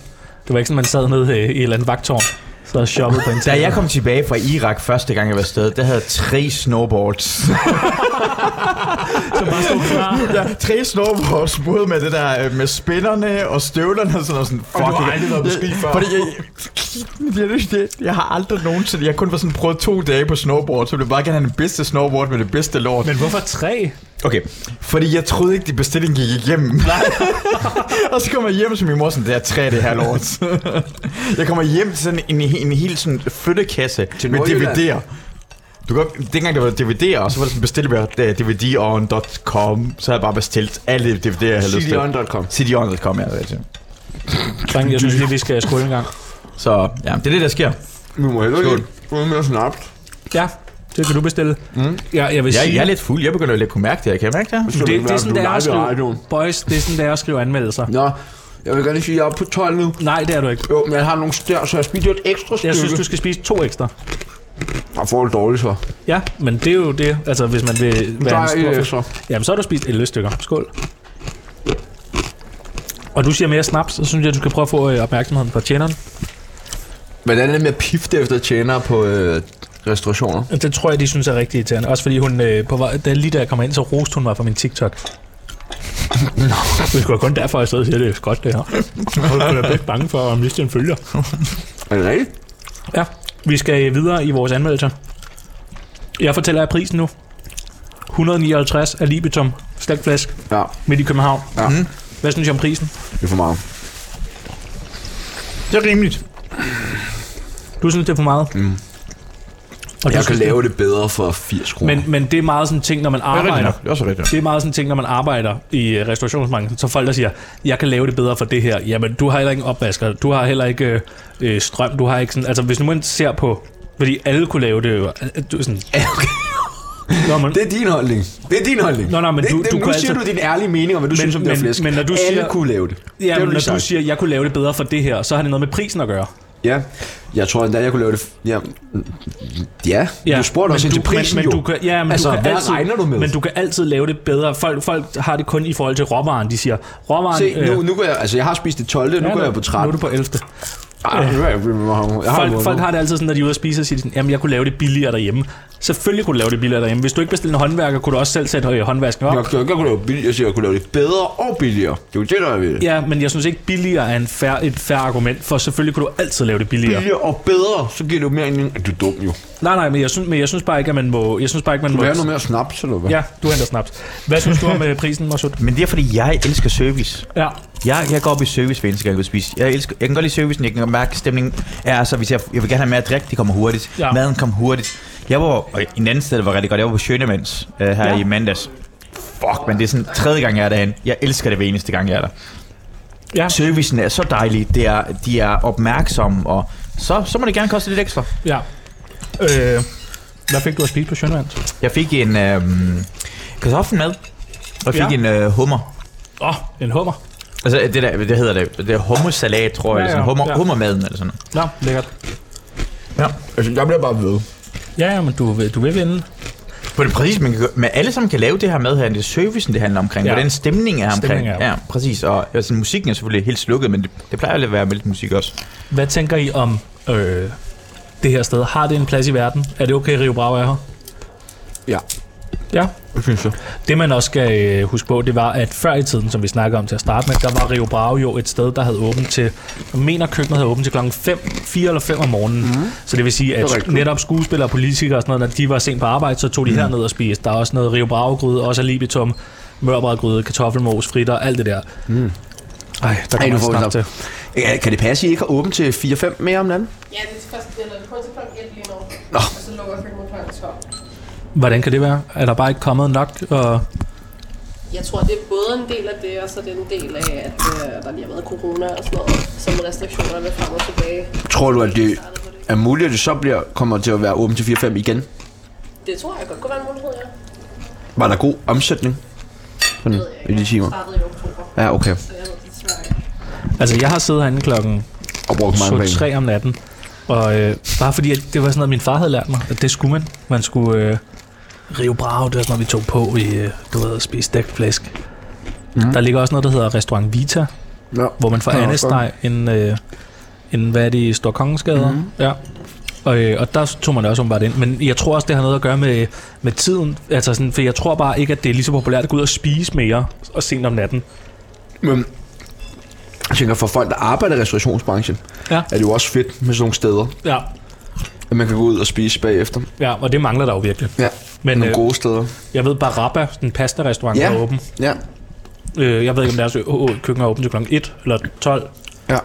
[SPEAKER 1] Det var ikke sådan, man sad nede øh, i et eller andet vagtårn, så og shoppede på
[SPEAKER 3] Da
[SPEAKER 1] internettet.
[SPEAKER 3] jeg kom tilbage fra Irak første gang, jeg var afsted, der havde jeg tre snowboards.
[SPEAKER 1] så bare stod klar.
[SPEAKER 5] Ah.
[SPEAKER 3] ja, tre snowboards, både med det der øh, med spinnerne og støvlerne og sådan noget. Sådan, fuck,
[SPEAKER 5] du har
[SPEAKER 3] jeg-
[SPEAKER 5] aldrig været på ski før.
[SPEAKER 3] Fordi jeg, jeg, jeg, jeg, jeg, har aldrig nogensinde, jeg har kun var sådan prøvet to dage på snowboard, så ville jeg bare gerne have den bedste snowboard med det bedste lort.
[SPEAKER 1] Men hvorfor tre?
[SPEAKER 3] Okay, fordi jeg troede ikke, de bestilling gik igennem. Nej. og så kommer jeg hjem til min mor sådan, det er træ, det her lort. jeg kommer hjem til sådan en, en hel sådan flyttekasse
[SPEAKER 2] Til
[SPEAKER 3] med
[SPEAKER 2] Nordjylland.
[SPEAKER 3] DVD'er. Du kan, godt- dengang det var DVD'er, og så var det sådan øh, bestilt med dvdon.com, så havde jeg bare bestilt alle DVD'er, jeg havde lyst til.
[SPEAKER 2] CDON.com.
[SPEAKER 3] CDON.com, ja. det er det.
[SPEAKER 1] Drenge, jeg synes lige, vi skal skåle en gang.
[SPEAKER 3] Så ja, det er det, der sker.
[SPEAKER 2] Vi må heller ikke. Det er mere snabt.
[SPEAKER 1] Ja, det kan du bestille. Mm. Ja, jeg vil
[SPEAKER 3] Jeg,
[SPEAKER 1] sige,
[SPEAKER 3] jeg er lidt fuld, jeg begynder at kunne mærke det, her. kan jeg mærke det? her?
[SPEAKER 2] Så
[SPEAKER 1] det,
[SPEAKER 2] kan
[SPEAKER 1] det, er
[SPEAKER 2] være,
[SPEAKER 1] sådan,
[SPEAKER 2] du
[SPEAKER 1] det er at
[SPEAKER 2] live i radioen.
[SPEAKER 1] skrive, boys, det er sådan, det er at skrive anmeldelser.
[SPEAKER 2] Nå, jeg vil gerne lige sige, at jeg er oppe på 12 nu.
[SPEAKER 1] Nej, det er du ikke.
[SPEAKER 2] Jo, men jeg har nogle stær, så jeg spiser et ekstra stykke.
[SPEAKER 1] Jeg synes, du skal spise to ekstra.
[SPEAKER 2] Jeg får det dårligt så.
[SPEAKER 1] Ja, men det er jo det. Altså, hvis man vil
[SPEAKER 2] Der
[SPEAKER 1] være en
[SPEAKER 2] er et
[SPEAKER 1] stor
[SPEAKER 2] ekstra.
[SPEAKER 1] Jamen, så har du spist 11 stykker. Skål. Og du siger mere snaps, så synes jeg, du skal prøve at få øh, opmærksomheden fra tjeneren.
[SPEAKER 2] Hvordan er det med at pifte efter tjenere på øh, restaurationer?
[SPEAKER 1] Det tror jeg, de synes er rigtig irriterende. Også fordi hun, øh, på vej, da, lige da jeg kommer ind, så roste hun mig for min TikTok. Nå. Det er sgu da kun derfor, jeg sidder og siger, det er godt det her. Folk er da bedst bange for at miste en følger.
[SPEAKER 2] Er det rigtigt?
[SPEAKER 1] Ja, vi skal øh, videre i vores anmeldelser. Jeg fortæller jer prisen nu. 159 af Libitum, slægtflæsk,
[SPEAKER 2] Ja,
[SPEAKER 1] midt i København.
[SPEAKER 2] Ja.
[SPEAKER 1] Mm. Hvad synes I om prisen?
[SPEAKER 2] det er for meget.
[SPEAKER 3] Det er rimeligt.
[SPEAKER 1] Du synes, det er for meget? Mm. Og
[SPEAKER 2] Jeg
[SPEAKER 1] synes,
[SPEAKER 2] kan
[SPEAKER 1] det-
[SPEAKER 2] lave det bedre for 80 kroner.
[SPEAKER 1] Men, men det er meget sådan en ting, når man
[SPEAKER 3] Det er rigtigt
[SPEAKER 1] arbejder.
[SPEAKER 3] nok. Det er også rigtigt. nok.
[SPEAKER 1] Det er meget sådan en ting, når man arbejder i øh, restaurationsbranchen, så folk der siger, jeg kan lave det bedre for det her. Jamen, du har heller ikke en opvasker, du har heller ikke øh, øh, strøm, du har ikke sådan... Altså, hvis nu man ser på... Fordi alle kunne lave det jo. øh, Du, er sådan, Nå, men,
[SPEAKER 2] Det er din holdning. Det er din holdning.
[SPEAKER 1] Nå, nej, men
[SPEAKER 2] det, er
[SPEAKER 1] du-
[SPEAKER 2] ikke
[SPEAKER 1] du
[SPEAKER 2] det, nu
[SPEAKER 1] kan
[SPEAKER 2] siger
[SPEAKER 1] altid-
[SPEAKER 2] du din ærlige mening om, hvad du
[SPEAKER 1] Men-
[SPEAKER 2] synes om det her
[SPEAKER 1] men-
[SPEAKER 2] flæsk.
[SPEAKER 1] men når du
[SPEAKER 2] Alle
[SPEAKER 1] siger-
[SPEAKER 2] kunne lave det.
[SPEAKER 1] ja,
[SPEAKER 2] det
[SPEAKER 1] men
[SPEAKER 2] lige
[SPEAKER 1] når du
[SPEAKER 2] sagt.
[SPEAKER 1] siger, jeg kunne lave det bedre for det her, så har det noget med prisen at gøre.
[SPEAKER 2] Ja, jeg tror endda, jeg kunne lave det... f- Ja, mm, ja.
[SPEAKER 1] Ja,
[SPEAKER 2] du spurgte
[SPEAKER 1] men
[SPEAKER 2] også ind til
[SPEAKER 1] du-
[SPEAKER 2] prisen
[SPEAKER 1] men, men
[SPEAKER 2] jo.
[SPEAKER 1] Du kan, ja, men
[SPEAKER 2] altså,
[SPEAKER 1] du kan
[SPEAKER 2] hvad
[SPEAKER 1] altid,
[SPEAKER 2] regner du med?
[SPEAKER 1] Men du kan altid lave det bedre. Folk, folk har det kun i forhold til råvaren. De siger, råvaren...
[SPEAKER 2] Se, nu,
[SPEAKER 1] øh,
[SPEAKER 2] nu går jeg... Altså, jeg har spist det 12. nu
[SPEAKER 1] ja,
[SPEAKER 2] går jeg på
[SPEAKER 1] Nu er
[SPEAKER 2] 13.
[SPEAKER 1] du på 11.
[SPEAKER 2] Ej, nu er jeg, jeg har
[SPEAKER 1] Folk, folk har det altid sådan, når de er ude at spise, og siger de sådan, jamen jeg kunne lave det billigere derhjemme. Selvfølgelig kunne du lave det billigere derhjemme. Hvis du ikke bestilte en håndværker, kunne du også selv sætte øh, håndvasken op.
[SPEAKER 2] Jeg, jeg, jeg, kunne lave billigere, jeg siger, jeg kunne lave det bedre og billigere. Det er jo det, der er ved det.
[SPEAKER 1] Ja, men jeg synes ikke, billigere er en fair, et fair argument, for selvfølgelig kunne du altid lave det billigere.
[SPEAKER 2] Billigere og bedre, så giver det jo mere mening, at du er dum jo.
[SPEAKER 1] Nej, nej, men jeg synes, men jeg synes bare ikke, at man må... Jeg synes bare ikke, man
[SPEAKER 2] Du
[SPEAKER 1] må...
[SPEAKER 2] vil have noget mere snaps, eller hvad?
[SPEAKER 1] Ja, du henter snaps. Hvad synes du om øh, prisen, Marsud?
[SPEAKER 3] Men det er, fordi jeg elsker service.
[SPEAKER 1] Ja.
[SPEAKER 3] Jeg, jeg går op i service, hver eneste gang jeg går ud at spise. Jeg, elsker, jeg kan godt lide servicen, jeg kan mærke stemningen. Ja, altså, hvis jeg, jeg vil gerne have mere drik, det kommer hurtigt.
[SPEAKER 1] Ja.
[SPEAKER 3] Ja. Maden kommer hurtigt. Jeg var, og en anden sted, der var rigtig godt, jeg var på Sjønemans øh, her
[SPEAKER 1] Ja.
[SPEAKER 3] ja. i mandags. Fuck, men det er sådan tredje gang, jeg er derhen. Jeg elsker det hver eneste gang, jeg er der.
[SPEAKER 1] Ja.
[SPEAKER 3] Servicen er så dejlig, det er, de er opmærksomme, og så, så må det gerne koste lidt ekstra.
[SPEAKER 1] Ja. Øh, hvad fik du at spise på Sjønlands?
[SPEAKER 3] Jeg fik en øh, kartoffelmad, og jeg
[SPEAKER 1] Ja.
[SPEAKER 3] fik ja. en øh, hummer.
[SPEAKER 1] Åh, oh, en hummer.
[SPEAKER 3] Altså, det der, det hedder det, det er hummersalat, tror jeg,
[SPEAKER 1] Ja,
[SPEAKER 3] ja, ja. eller
[SPEAKER 1] ja,
[SPEAKER 3] sådan, hummer,
[SPEAKER 1] ja.
[SPEAKER 3] ja. hummermaden, eller sådan noget.
[SPEAKER 1] Nå, lækkert.
[SPEAKER 5] Altså, jeg bliver bare ved.
[SPEAKER 1] Ja, ja, men du, vil- du vil vinde.
[SPEAKER 3] På det præcis, man kan, gøre- men alle sammen kan lave det her med her, det er servicen, det handler omkring,
[SPEAKER 1] Ja.
[SPEAKER 3] ja. hvordan stemningen er omkring.
[SPEAKER 1] Stemningen er-
[SPEAKER 3] ja, præcis, og altså, musikken er selvfølgelig helt slukket, men det, det plejer at være med lidt musik også.
[SPEAKER 1] Hvad tænker I om øh, det her sted? Har det en plads i verden? Er det okay, Rio Bravo er her?
[SPEAKER 2] Ja.
[SPEAKER 1] Ja.
[SPEAKER 3] Det synes jeg.
[SPEAKER 1] Det man også skal øh, huske på, det var, at før i tiden, som vi snakkede om til at starte med, der var Rio Bravo jo et sted, der havde åbent til, jeg mener køkkenet havde åbent til klokken 5, 4 eller 5 om morgenen. Mm. Så det vil sige, at
[SPEAKER 2] Mhm. Det er rigtigt. Mhm.
[SPEAKER 1] netop skuespillere og politikere og sådan noget, når de var sent på arbejde, så tog de mm. herned og spiste. Der er også noget Rio Bravo-gryde, også alibitum, mørbrødgryde, kartoffelmos, fritter, alt det der. Mm. Ej, der
[SPEAKER 2] Mhm. Ej, nu
[SPEAKER 1] kommer
[SPEAKER 2] får vi
[SPEAKER 1] snart
[SPEAKER 2] nok.
[SPEAKER 1] til.
[SPEAKER 2] Ja, kan det passe, at I ikke har åbent til 4-5 mere om natten?
[SPEAKER 4] Ja, det er først, eller det er kun til klokken 1 lige nu.
[SPEAKER 2] Nå.
[SPEAKER 4] Og så lukker køkkenet klokken 12.
[SPEAKER 1] Hvordan kan det være? Er der bare ikke kommet nok? Og...
[SPEAKER 4] Jeg tror, det er både en del af det, og så er det en del af, at øh, der lige har været corona og sådan noget, som restriktionerne er frem og tilbage.
[SPEAKER 2] Tror du, at det er muligt, at det så bliver, kommer til at være åbent til 4-5 igen?
[SPEAKER 4] Det tror jeg godt kunne være en mulighed, ja.
[SPEAKER 2] Var der god omsætning? Sådan,
[SPEAKER 4] Det ved jeg
[SPEAKER 2] i
[SPEAKER 4] ikke.
[SPEAKER 2] de timer.
[SPEAKER 4] Jeg startede i oktober,
[SPEAKER 2] Ja, okay.
[SPEAKER 4] så jeg ved det desværre ikke.
[SPEAKER 1] Altså, jeg har siddet herinde klokken
[SPEAKER 2] Og brugt mange
[SPEAKER 1] så
[SPEAKER 2] penge.
[SPEAKER 1] tre om natten. Og øh, bare fordi, at det var sådan noget, min far havde lært mig, at det skulle man. Man skulle øh, rive brav, det var sådan noget, vi tog på i, øh, du ved, at spise stegt flæsk. Mm. Der ligger også noget, der hedder Restaurant Vita,
[SPEAKER 2] Ja.
[SPEAKER 1] hvor man får
[SPEAKER 2] Det er også
[SPEAKER 1] andesteg en, øh, en, hvad er det, i Storkongensgade?
[SPEAKER 2] Mm-hmm.
[SPEAKER 1] Mm. Ja. Og, øh, og der tog man det også åbenbart ind. Men jeg tror også, det har noget at gøre med, med tiden. Altså sådan, for jeg tror bare ikke, at det er lige så populært at gå ud og spise mere og sent om natten.
[SPEAKER 2] Men jeg tænker, for folk, der arbejder i restaurationsbranchen,
[SPEAKER 1] Ja.
[SPEAKER 2] er det jo også fedt med sådan nogle steder,
[SPEAKER 1] Ja,
[SPEAKER 2] at man kan gå ud og spise bagefter.
[SPEAKER 1] ja og det mangler der jo virkelig.
[SPEAKER 2] Ja,
[SPEAKER 1] Men,
[SPEAKER 2] Men, nogle
[SPEAKER 1] øh,
[SPEAKER 2] gode steder.
[SPEAKER 1] Jeg ved, Barabba, den pasta-restaurant,
[SPEAKER 2] Ja.
[SPEAKER 1] der er åben.
[SPEAKER 2] Ja,
[SPEAKER 1] Øh, jeg ved ikke, om deres øh, øh, køkken er åbent til kl. 1 eller 12,
[SPEAKER 2] ja.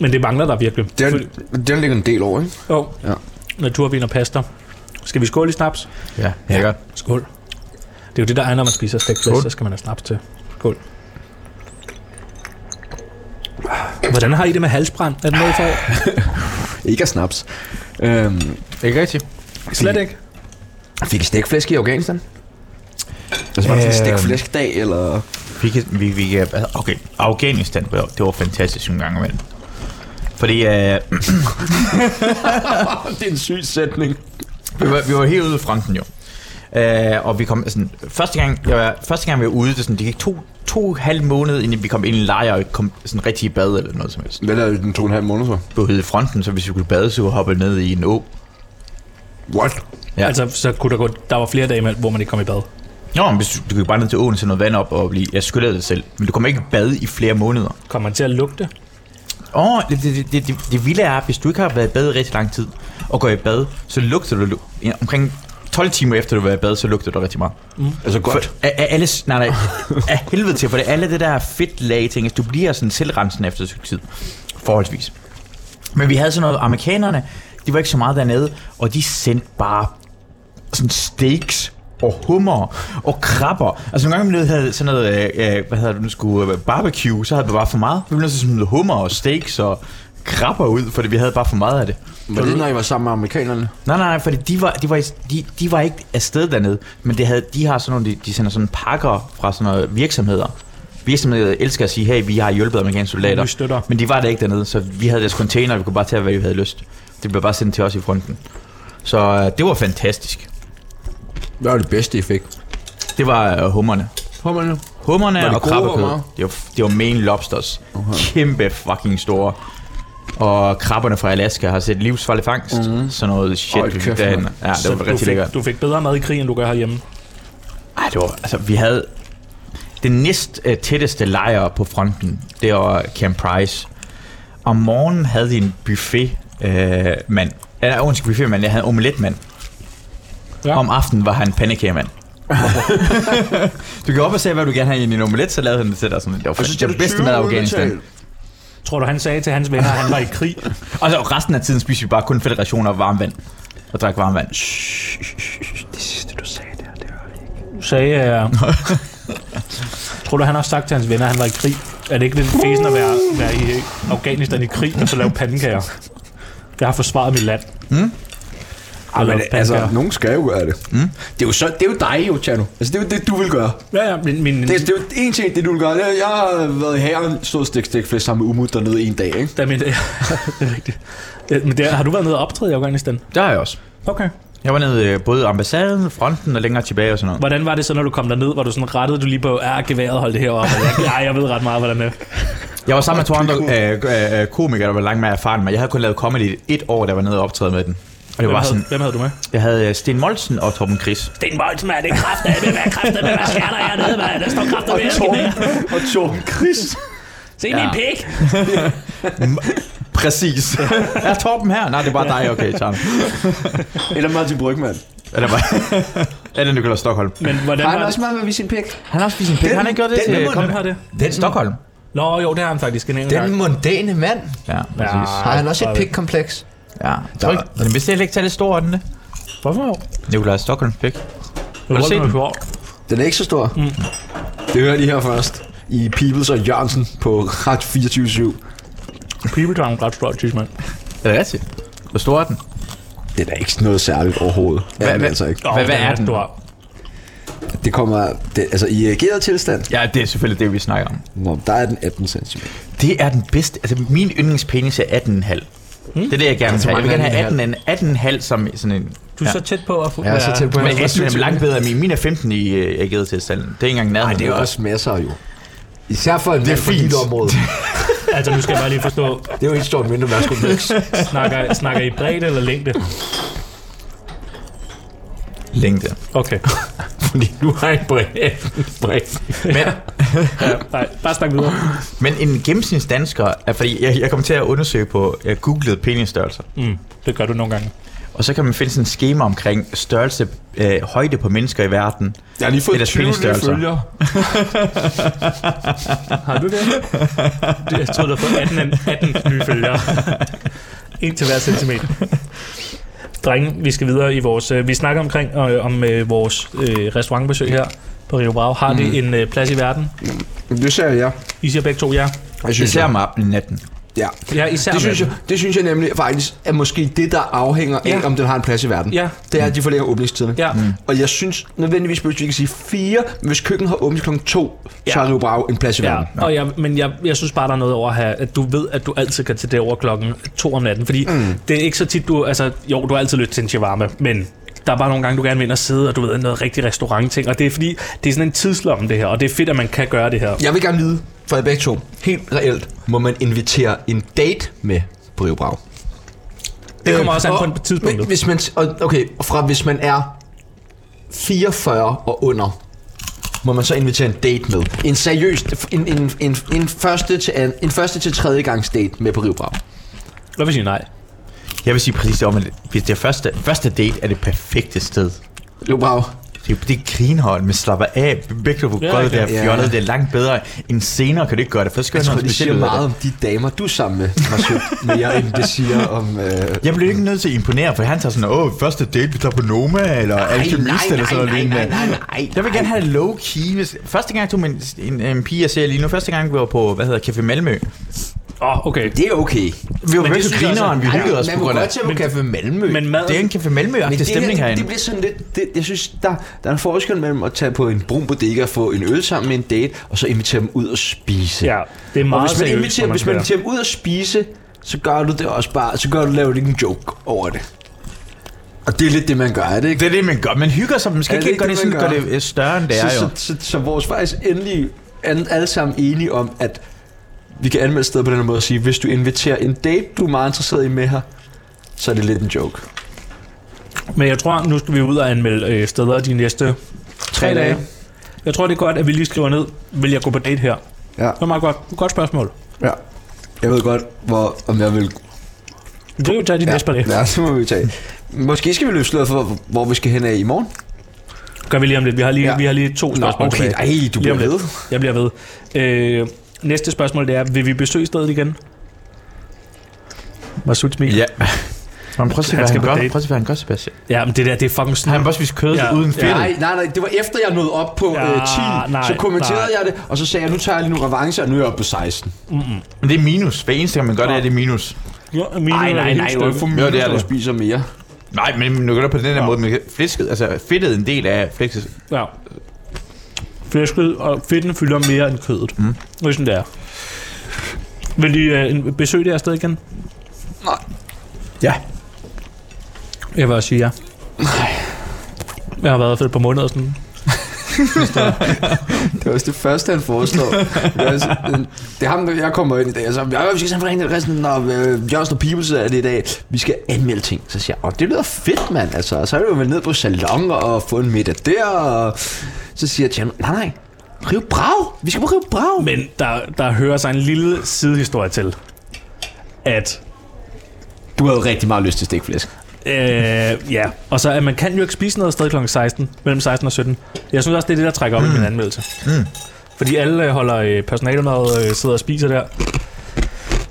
[SPEAKER 1] men det mangler der virkelig.
[SPEAKER 2] Den,
[SPEAKER 1] Fordi-
[SPEAKER 2] den ligger en del over, ikke?
[SPEAKER 1] Jo,
[SPEAKER 2] Ja.
[SPEAKER 1] naturvin og pasta. Skal vi skåle i snaps?
[SPEAKER 3] Ja, lækkert.
[SPEAKER 1] Skål. Det er jo det, der er, når man spiser stegt flæsk,
[SPEAKER 3] Skål.
[SPEAKER 1] så skal man have snaps til. Skål. Hvordan har I det med halsbrand? Er det noget, I får?
[SPEAKER 2] Ikke af snaps. Øhm,
[SPEAKER 3] Ikke rigtigt?
[SPEAKER 1] Slet ikke.
[SPEAKER 2] fik I stegflæsk i Afghanistan? Altså, var det
[SPEAKER 1] Øhm.
[SPEAKER 2] sådan en stegflæskdag, eller...
[SPEAKER 3] Vi kan, vi, vi kan, altså, okay, Afghanistan, det var- det var fantastisk en gang imellem. Fordi øh,
[SPEAKER 2] Det er en syg sætning.
[SPEAKER 3] vi, var, vi var helt ude i fronten jo. Øh, og vi kom, altså, første gang, jeg var, første gang vi var ude, det, sådan, det gik to, to og en halv måned, inden vi kom ind i en lejr og ikke kom sådan rigtig i bad eller noget som helst.
[SPEAKER 2] Hvad er det, den to og en halv måned så?
[SPEAKER 3] Vi var ude i fronten, så hvis vi kunne bade, så hoppede ned i en å.
[SPEAKER 2] What?
[SPEAKER 1] Ja.
[SPEAKER 3] Ja.
[SPEAKER 1] Altså, så kunne der gå... Der var flere dage imellem, hvor man ikke kom i bad.
[SPEAKER 3] Nå, men hvis du, du gik bare ned til åen, til noget vand op og blive, jeg skyllede dig selv. Men du kommer ikke i bad i flere måneder.
[SPEAKER 1] Kom man til at lugte?
[SPEAKER 3] Åh, oh, det, det, det, det, det vilde er, hvis du ikke har været i bad i rigtig lang tid, og går i bad, så lugter du lu- ja, omkring 12 timer efter du har været i bad, så lugter du rigtig meget.
[SPEAKER 2] Altså
[SPEAKER 3] For,
[SPEAKER 2] godt.
[SPEAKER 3] af, af alle, s- nej, nej, af helvede til, for det er alle det der fedt lag, ting, altså, du bliver sådan selvrensende efter et stykke tid, forholdsvis. Men vi havde sådan noget, amerikanerne, de var ikke så meget dernede, og de sendte bare sådan steaks og hummer og krabber. Altså nogle gange, vi nødt til at have sådan noget, øh, øh, hvad hedder det, nu skulle øh, barbecue, så havde vi bare for meget. Vi blev nødt til at smide hummer og steaks og krabber ud, fordi vi havde bare for meget af det.
[SPEAKER 2] Var det, når I var sammen med amerikanerne?
[SPEAKER 3] Nej, nej, nej, fordi de var, de var, i- de, de var ikke afsted dernede, men det havde, de har sådan nogle, de, de sender sådan pakker fra sådan nogle virksomheder. Virksomheder elsker at sige, hey, vi har hjulpet amerikanske soldater.
[SPEAKER 1] Vi støtter.
[SPEAKER 3] Men de var der ikke dernede, så vi havde deres container, og vi kunne bare tage, hvad vi havde lyst. Det blev bare sendt til os i fronten. Så øh, det var fantastisk.
[SPEAKER 2] Hvad var det bedste, I fik?
[SPEAKER 3] Det var øh, hummerne.
[SPEAKER 2] Hummerne.
[SPEAKER 3] Hummerne
[SPEAKER 2] Var det
[SPEAKER 3] og
[SPEAKER 2] gode
[SPEAKER 3] krabbekød.
[SPEAKER 2] hummer?
[SPEAKER 3] Det var, det var main lobsters. Kæmpe fucking store. Og krabberne fra Alaska har set livsfarlig fangst. Mm. Sådan noget shit.
[SPEAKER 2] Hold
[SPEAKER 3] vi fik
[SPEAKER 2] kæft,
[SPEAKER 3] derhen.
[SPEAKER 2] mand.
[SPEAKER 3] Ja, det
[SPEAKER 1] Så
[SPEAKER 3] var
[SPEAKER 1] du
[SPEAKER 3] rigtig
[SPEAKER 1] fik,
[SPEAKER 3] lækkert.
[SPEAKER 1] du fik bedre mad i krig, end du gør herhjemme.
[SPEAKER 3] Ej, det var, altså, vi havde den næst øh, tætteste lejr på fronten, det var Camp Price. Om morgenen havde de en buffet, øh, mand. Eller, undskyld, buffet, mand. Jeg havde en omeletmand.
[SPEAKER 1] Ja.
[SPEAKER 3] Ja. Om aftenen var han pandekagemand. du kan op og se, hvad du gerne har i din omelet, så lavede han det til dig. Sådan, det var
[SPEAKER 2] synes,
[SPEAKER 3] fedt.
[SPEAKER 2] Altså, det
[SPEAKER 3] det var
[SPEAKER 2] er
[SPEAKER 3] bedste mad af
[SPEAKER 2] 20
[SPEAKER 3] Afghanistan.
[SPEAKER 2] udbetalt.
[SPEAKER 1] Tror du, han sagde til hans venner, at han var i krig?
[SPEAKER 3] Og så resten af tiden spiste vi bare kun fedtrationer og varmt vand. Og drak varmt vand.
[SPEAKER 2] Det sidste, du sagde der, det var det ikke.
[SPEAKER 1] sagde... Uh... tror du, han har sagt til hans venner, at han var i krig? Er det ikke lidt fesen at være, være i Afghanistan i krig, og så lave pandekager? Jeg har forsvaret mit land. Mm?
[SPEAKER 2] Men, altså, nogen skal jo gøre det. Mm. Det er jo, så, det er jo dig jo, Tjerno. Altså, det er jo det, du vil gøre.
[SPEAKER 1] ja, ja, min, min,
[SPEAKER 2] Det, er- det er jo en ting, det du vil gøre. Det er- Jeg har været i hæren, stået og stik, stik, flest sammen med Umut dernede en dag, ikke?
[SPEAKER 1] da min, det er rigtigt. Ja, Men der, har du været nede og optræde i Afghanistan?
[SPEAKER 3] Der har jeg også.
[SPEAKER 1] Okay.
[SPEAKER 3] Jeg var nede øh, både i ambassaden, fronten og længere tilbage og sådan noget.
[SPEAKER 1] Hvordan var det så, når du kom derned? Var du sådan, rettede du lige på, ja, geværet holdt det heroppe? og Jeg, ja, jeg ved ret meget, hvordan det er.
[SPEAKER 3] Jeg var sammen med to andre øh, øh, øh, komikere, der var langt mere erfaren, men jeg havde kun lavet comedy et år, der var nede og optræde med den. Og det
[SPEAKER 1] Hvem
[SPEAKER 3] var
[SPEAKER 1] havde,
[SPEAKER 3] sådan,
[SPEAKER 1] hvem havde du med?
[SPEAKER 3] jeg havde øh, Sten Molsen og Torben Chris.
[SPEAKER 1] Sten Boltz, mand, det er kræfter med, hvad kræfter med, hvad sker der hernede, mand? Der står kræfter med,
[SPEAKER 2] og Torben Chris.
[SPEAKER 1] Se min pik!
[SPEAKER 3] Præcis. er Torben her? Nej, det er bare dig, okay, Tom.
[SPEAKER 2] Eller Martin Brygman.
[SPEAKER 3] Eller bare... Eller Nikolaj Stockholm.
[SPEAKER 1] Men hvordan
[SPEAKER 2] Har
[SPEAKER 1] var
[SPEAKER 2] han
[SPEAKER 1] det?
[SPEAKER 2] også meget med at vise sin pik?
[SPEAKER 3] Han har også spist en pik. Han har ikke gjort det
[SPEAKER 5] den
[SPEAKER 3] til...
[SPEAKER 5] må-
[SPEAKER 1] Hvem har det?
[SPEAKER 5] Den,
[SPEAKER 3] Stockholm.
[SPEAKER 1] Nå, jo, det har han faktisk en enkelt gang.
[SPEAKER 5] den mondæne mand.
[SPEAKER 3] Ja, præcis.
[SPEAKER 1] Ja.
[SPEAKER 5] Har han også et pikkompleks?
[SPEAKER 3] Ja. Jeg tror ikke, den vidste heller ikke tage lidt stor af den, det.
[SPEAKER 1] Hvorfor?
[SPEAKER 3] Nikolaj Stockholms pik.
[SPEAKER 1] Du
[SPEAKER 3] Har du
[SPEAKER 1] holdt
[SPEAKER 3] set
[SPEAKER 1] den
[SPEAKER 3] den?
[SPEAKER 1] på år.
[SPEAKER 5] Den er ikke så stor. Mm. Det hører de her først. I Peoples og Jørgensen på Ret 24-7.
[SPEAKER 1] People er en ret stor tysk mand.
[SPEAKER 3] Er det rigtigt? Hvor stor er den?
[SPEAKER 5] Det er da ikke noget særligt overhovedet. Hvad,
[SPEAKER 3] hvad-
[SPEAKER 5] altså ikke.
[SPEAKER 1] Åh,
[SPEAKER 3] hvad er
[SPEAKER 1] ret
[SPEAKER 3] den?
[SPEAKER 1] stor.
[SPEAKER 5] Det kommer det, altså, i ageret tilstand,
[SPEAKER 3] Ja, det er selvfølgelig det, vi snakker om.
[SPEAKER 5] hvor der er den 18 cm.
[SPEAKER 3] Det er den bedste. Altså, min yndlingspenis er 18,5. Hmm? Det er det, jeg gerne vil have. Jeg vil gerne have 18, en 18,5 som sådan en...
[SPEAKER 1] Du er så tæt på at få...
[SPEAKER 5] Ja, så tæt på.
[SPEAKER 3] Men 18 er langt bedre end min. Min er 15 i øh, ægget tilstanden. Det er ikke engang nærheden.
[SPEAKER 5] Nej, det er også masser jo. Især for en det
[SPEAKER 3] er
[SPEAKER 5] mand fra
[SPEAKER 3] fint.
[SPEAKER 5] dit område.
[SPEAKER 1] Altså, nu skal jeg bare lige forstå.
[SPEAKER 5] Det er jo et stort mindre værtskompleks.
[SPEAKER 1] Snakker, snakker I bredde eller længde?
[SPEAKER 3] længde.
[SPEAKER 1] Okay.
[SPEAKER 5] Fordi nu har jeg en bræk.
[SPEAKER 3] Men,
[SPEAKER 1] Ja, nej, bare snak videre.
[SPEAKER 3] men en gennemsnitsdansker... Er, fordi jeg, jeg kom til at undersøge på... Jeg googlede penisstørrelser.
[SPEAKER 1] Mm, det gør du nogle gange.
[SPEAKER 3] Og så kan man finde sådan en schema omkring størrelse, øh, højde på mennesker i verden.
[SPEAKER 2] Jeg har lige
[SPEAKER 3] Det
[SPEAKER 2] fået
[SPEAKER 3] er da
[SPEAKER 2] 20 nye
[SPEAKER 3] penisstørrelser.
[SPEAKER 2] følgere.
[SPEAKER 1] Har du det? Det- Jeg troede, du havde fået 18, an- 18 nye følgere. en til hver centimeter. Drenge, vi skal videre i vores... øh, Vi snakker omkring øh, om øh, vores øh, restaurantbesøg her på Rio Bravo. Har
[SPEAKER 2] Mm.
[SPEAKER 1] det en øh, plads i verden?
[SPEAKER 2] Det ser jeg.
[SPEAKER 1] I siger begge to ja.
[SPEAKER 2] Jeg synes,
[SPEAKER 3] Især
[SPEAKER 2] jeg.
[SPEAKER 3] om aftenen i natten.
[SPEAKER 2] Ja.
[SPEAKER 1] Ja, især
[SPEAKER 2] Det synes, jeg, det synes jeg nemlig faktisk er måske det, der afhænger af,
[SPEAKER 1] Ja.
[SPEAKER 2] om den har en plads i verden.
[SPEAKER 1] Ja.
[SPEAKER 2] Det er, at de forlænger åbningstiderne.
[SPEAKER 1] Ja. Mm.
[SPEAKER 2] Og jeg synes nødvendigvis, at vi kan sige 4, men hvis køkkenet har åbent kl. 2, ja. så har Rio Bravo en plads i
[SPEAKER 1] Ja,
[SPEAKER 2] verden.
[SPEAKER 1] og jeg, men jeg, jeg synes bare, der er noget over her, at du ved, at du altid kan til det over klokken to om natten, fordi mm. det er ikke så tit, du, altså, jo, du har altid lyst til en shawarma, men der er bare nogle gange, du gerne vil ind og sidde, og du ved, noget rigtig restaurantting, og det er fordi, det er sådan en tidslomme, det her, og det er fedt, at man kan gøre det her.
[SPEAKER 2] Jeg vil gerne vide, for jer begge to, helt reelt, må man invitere en date med på Rio Bravo?
[SPEAKER 1] Det kommer
[SPEAKER 2] Øh,
[SPEAKER 1] også an på
[SPEAKER 2] og-
[SPEAKER 1] en- på tidspunktet.
[SPEAKER 2] men Hvis man, og, okay, og fra hvis man er 44 og under, må man så invitere en date med. En seriøs, en, en, en, en, første, til, an- en første til tredje gangs date med på Rio Bravo.
[SPEAKER 1] Hvad vil sige nej?
[SPEAKER 3] Jeg vil sige præcis det om, at hvis det er første, første date er det perfekte sted.
[SPEAKER 2] Rio Bravo.
[SPEAKER 3] Det, det griner, man slapper af. Begge to
[SPEAKER 1] Ja,
[SPEAKER 3] ja, godt, det er
[SPEAKER 2] ja.
[SPEAKER 3] fjollet. Det er langt bedre. En senere kan du ikke gøre det, for så skal
[SPEAKER 2] Jeg
[SPEAKER 3] du
[SPEAKER 2] tror,
[SPEAKER 3] have
[SPEAKER 2] det
[SPEAKER 3] noget
[SPEAKER 2] siger
[SPEAKER 3] specielt ud af
[SPEAKER 2] meget om Altså, de damer, du er sammen med, Marcel, mere end det siger om... Øh,
[SPEAKER 3] det. Jeg bliver ikke nødt til at imponere, for han tager sådan, åh, første date, vi tager på Noma, eller Alchemist, eller sådan noget. lignende.
[SPEAKER 2] nej,
[SPEAKER 3] Jeg vil gerne have low key. Hvis, første gang jeg tog med en, en, en pige, jeg ser lige nu, første gang vi var på, hvad hedder, Café Malmø.
[SPEAKER 1] Åh, oh, okay.
[SPEAKER 2] Det er okay.
[SPEAKER 3] Vi var
[SPEAKER 1] det
[SPEAKER 3] begge to
[SPEAKER 1] synes jeg
[SPEAKER 3] grineren, vi
[SPEAKER 2] Ej,
[SPEAKER 3] hyggede os
[SPEAKER 2] man
[SPEAKER 3] på
[SPEAKER 2] må
[SPEAKER 3] grund af.
[SPEAKER 2] godt tage på Café Malmø.
[SPEAKER 1] Men mad,
[SPEAKER 3] Det er en Café Malmø-agtig stemning
[SPEAKER 2] her, det,
[SPEAKER 3] herinde.
[SPEAKER 2] det bliver sådan lidt, det, jeg synes, der, der er en forskel mellem at tage på en brun bodega og få en øl sammen med en date, og så invitere dem ud og spise.
[SPEAKER 1] ja, det er
[SPEAKER 2] og
[SPEAKER 1] meget
[SPEAKER 2] hvis man,
[SPEAKER 1] seriøst,
[SPEAKER 2] inviterer,
[SPEAKER 1] når
[SPEAKER 2] hvis
[SPEAKER 1] skal
[SPEAKER 2] man
[SPEAKER 1] være.
[SPEAKER 2] inviterer dem ud og spise, så gør du det også bare, så gør du, laver du ikke en joke over det. Og det er lidt det, man gør, er det ikke?
[SPEAKER 3] Det er det, man gør. Man hygger sig. Man skal
[SPEAKER 2] Ja,
[SPEAKER 3] ikke
[SPEAKER 2] det er
[SPEAKER 3] gøre
[SPEAKER 2] det,
[SPEAKER 3] det, sådan,
[SPEAKER 2] man
[SPEAKER 3] gør
[SPEAKER 2] gør.
[SPEAKER 3] det øh, større, end det er
[SPEAKER 2] så,
[SPEAKER 3] jo.
[SPEAKER 2] så, så, så vores faktisk endelig an, alle sammen enige om, at vi kan anmelde stedet på den her måde og sige, hvis du inviterer en date, du er meget interesseret i med her, så er det lidt en joke.
[SPEAKER 1] Men jeg tror, nu skal vi ud og anmelde øh, steder de næste tre
[SPEAKER 2] dage.
[SPEAKER 1] dage. Jeg tror, det er godt, at vi lige skriver ned, vil jeg gå på date her?
[SPEAKER 2] Ja.
[SPEAKER 1] Det er meget godt. Godt spørgsmål.
[SPEAKER 2] Ja. Jeg ved godt, hvor, om jeg vil
[SPEAKER 1] Vi kan jo tage de næste par dage.
[SPEAKER 2] Ja, det må vi tage. Måske skal vi løbe sløret for, hvor vi skal hen af i morgen.
[SPEAKER 1] Gør vi lige om lidt. Vi har lige, ja.
[SPEAKER 2] Ja.
[SPEAKER 1] vi har lige to spørgsmål
[SPEAKER 2] okay.
[SPEAKER 1] tilbage.
[SPEAKER 2] Ej, du
[SPEAKER 1] Lige om
[SPEAKER 2] bliver
[SPEAKER 1] lidt. Jeg bliver ved. Øh, næste spørgsmål det er, vil vi besøge stedet igen? Masud smil. Ja.
[SPEAKER 3] Ja. Man prøv at se,
[SPEAKER 1] Han
[SPEAKER 3] hvad
[SPEAKER 1] skal
[SPEAKER 3] han
[SPEAKER 1] på
[SPEAKER 3] gør.
[SPEAKER 1] date.
[SPEAKER 3] Prøv at se, hvad han gør, Sebastian.
[SPEAKER 1] ja, men det der, det er fucking
[SPEAKER 3] Har
[SPEAKER 1] sådan.
[SPEAKER 3] han bare spist kød
[SPEAKER 1] Ja.
[SPEAKER 3] ja. uden fedt?
[SPEAKER 2] Nej, nej, nej. Det var efter, jeg nåede op på
[SPEAKER 1] Ja,
[SPEAKER 2] ja, øh, 10.
[SPEAKER 1] nej,
[SPEAKER 2] så kommenterede
[SPEAKER 1] nej.
[SPEAKER 2] jeg det, og så sagde jeg, nu tager jeg lige nu revanche, og nu er jeg oppe på 16.
[SPEAKER 3] Men det er minus. Hver eneste gang, man gør det, er det minus.
[SPEAKER 1] Ja, mine er helt
[SPEAKER 2] Du er
[SPEAKER 1] støvet.
[SPEAKER 2] ikke for
[SPEAKER 3] Jo, det er
[SPEAKER 2] minus,
[SPEAKER 3] det.
[SPEAKER 2] du spiser mere.
[SPEAKER 3] Nej, men nu gør det på den der måde. Men flæsket, altså fedtet er en del af flæsket.
[SPEAKER 1] Ja. Flæsket og fedten fylder mere end kødet. Mm. Det er sådan, det er. Vil I øh, en- besøge det her sted igen?
[SPEAKER 2] Nej.
[SPEAKER 3] Ja.
[SPEAKER 1] Jeg vil også sige ja. Jeg har været fedt på måneder sådan.
[SPEAKER 2] Det var også det første, han foreslår. Det er også- det er ham, jeg kommer ind i dag. og Så, jeg vi skal simpelthen ringe til resten, når øh, Jørgensen og Peoples er det i dag. Vi skal anmelde ting. Så siger jeg, åh, det lyder fedt, mand. Altså, og så er det jo vel ned på salon og få en middag der. Og så siger Tjerno, nej, nej. Riv Brav. Vi skal på Riv Brav.
[SPEAKER 1] Men der, der hører sig en lille sidehistorie til, at
[SPEAKER 2] Du havde rigtig meget lyst til stikflæsk.
[SPEAKER 1] Øh, ja, og så at man kan jo ikke spise noget sted kl. 16, mellem 16 og 17. Jeg synes også, det er det, der trækker op mm. i min anmeldelse. Mm. Fordi alle øh, holder øh, personalet øh, sidder og spiser der.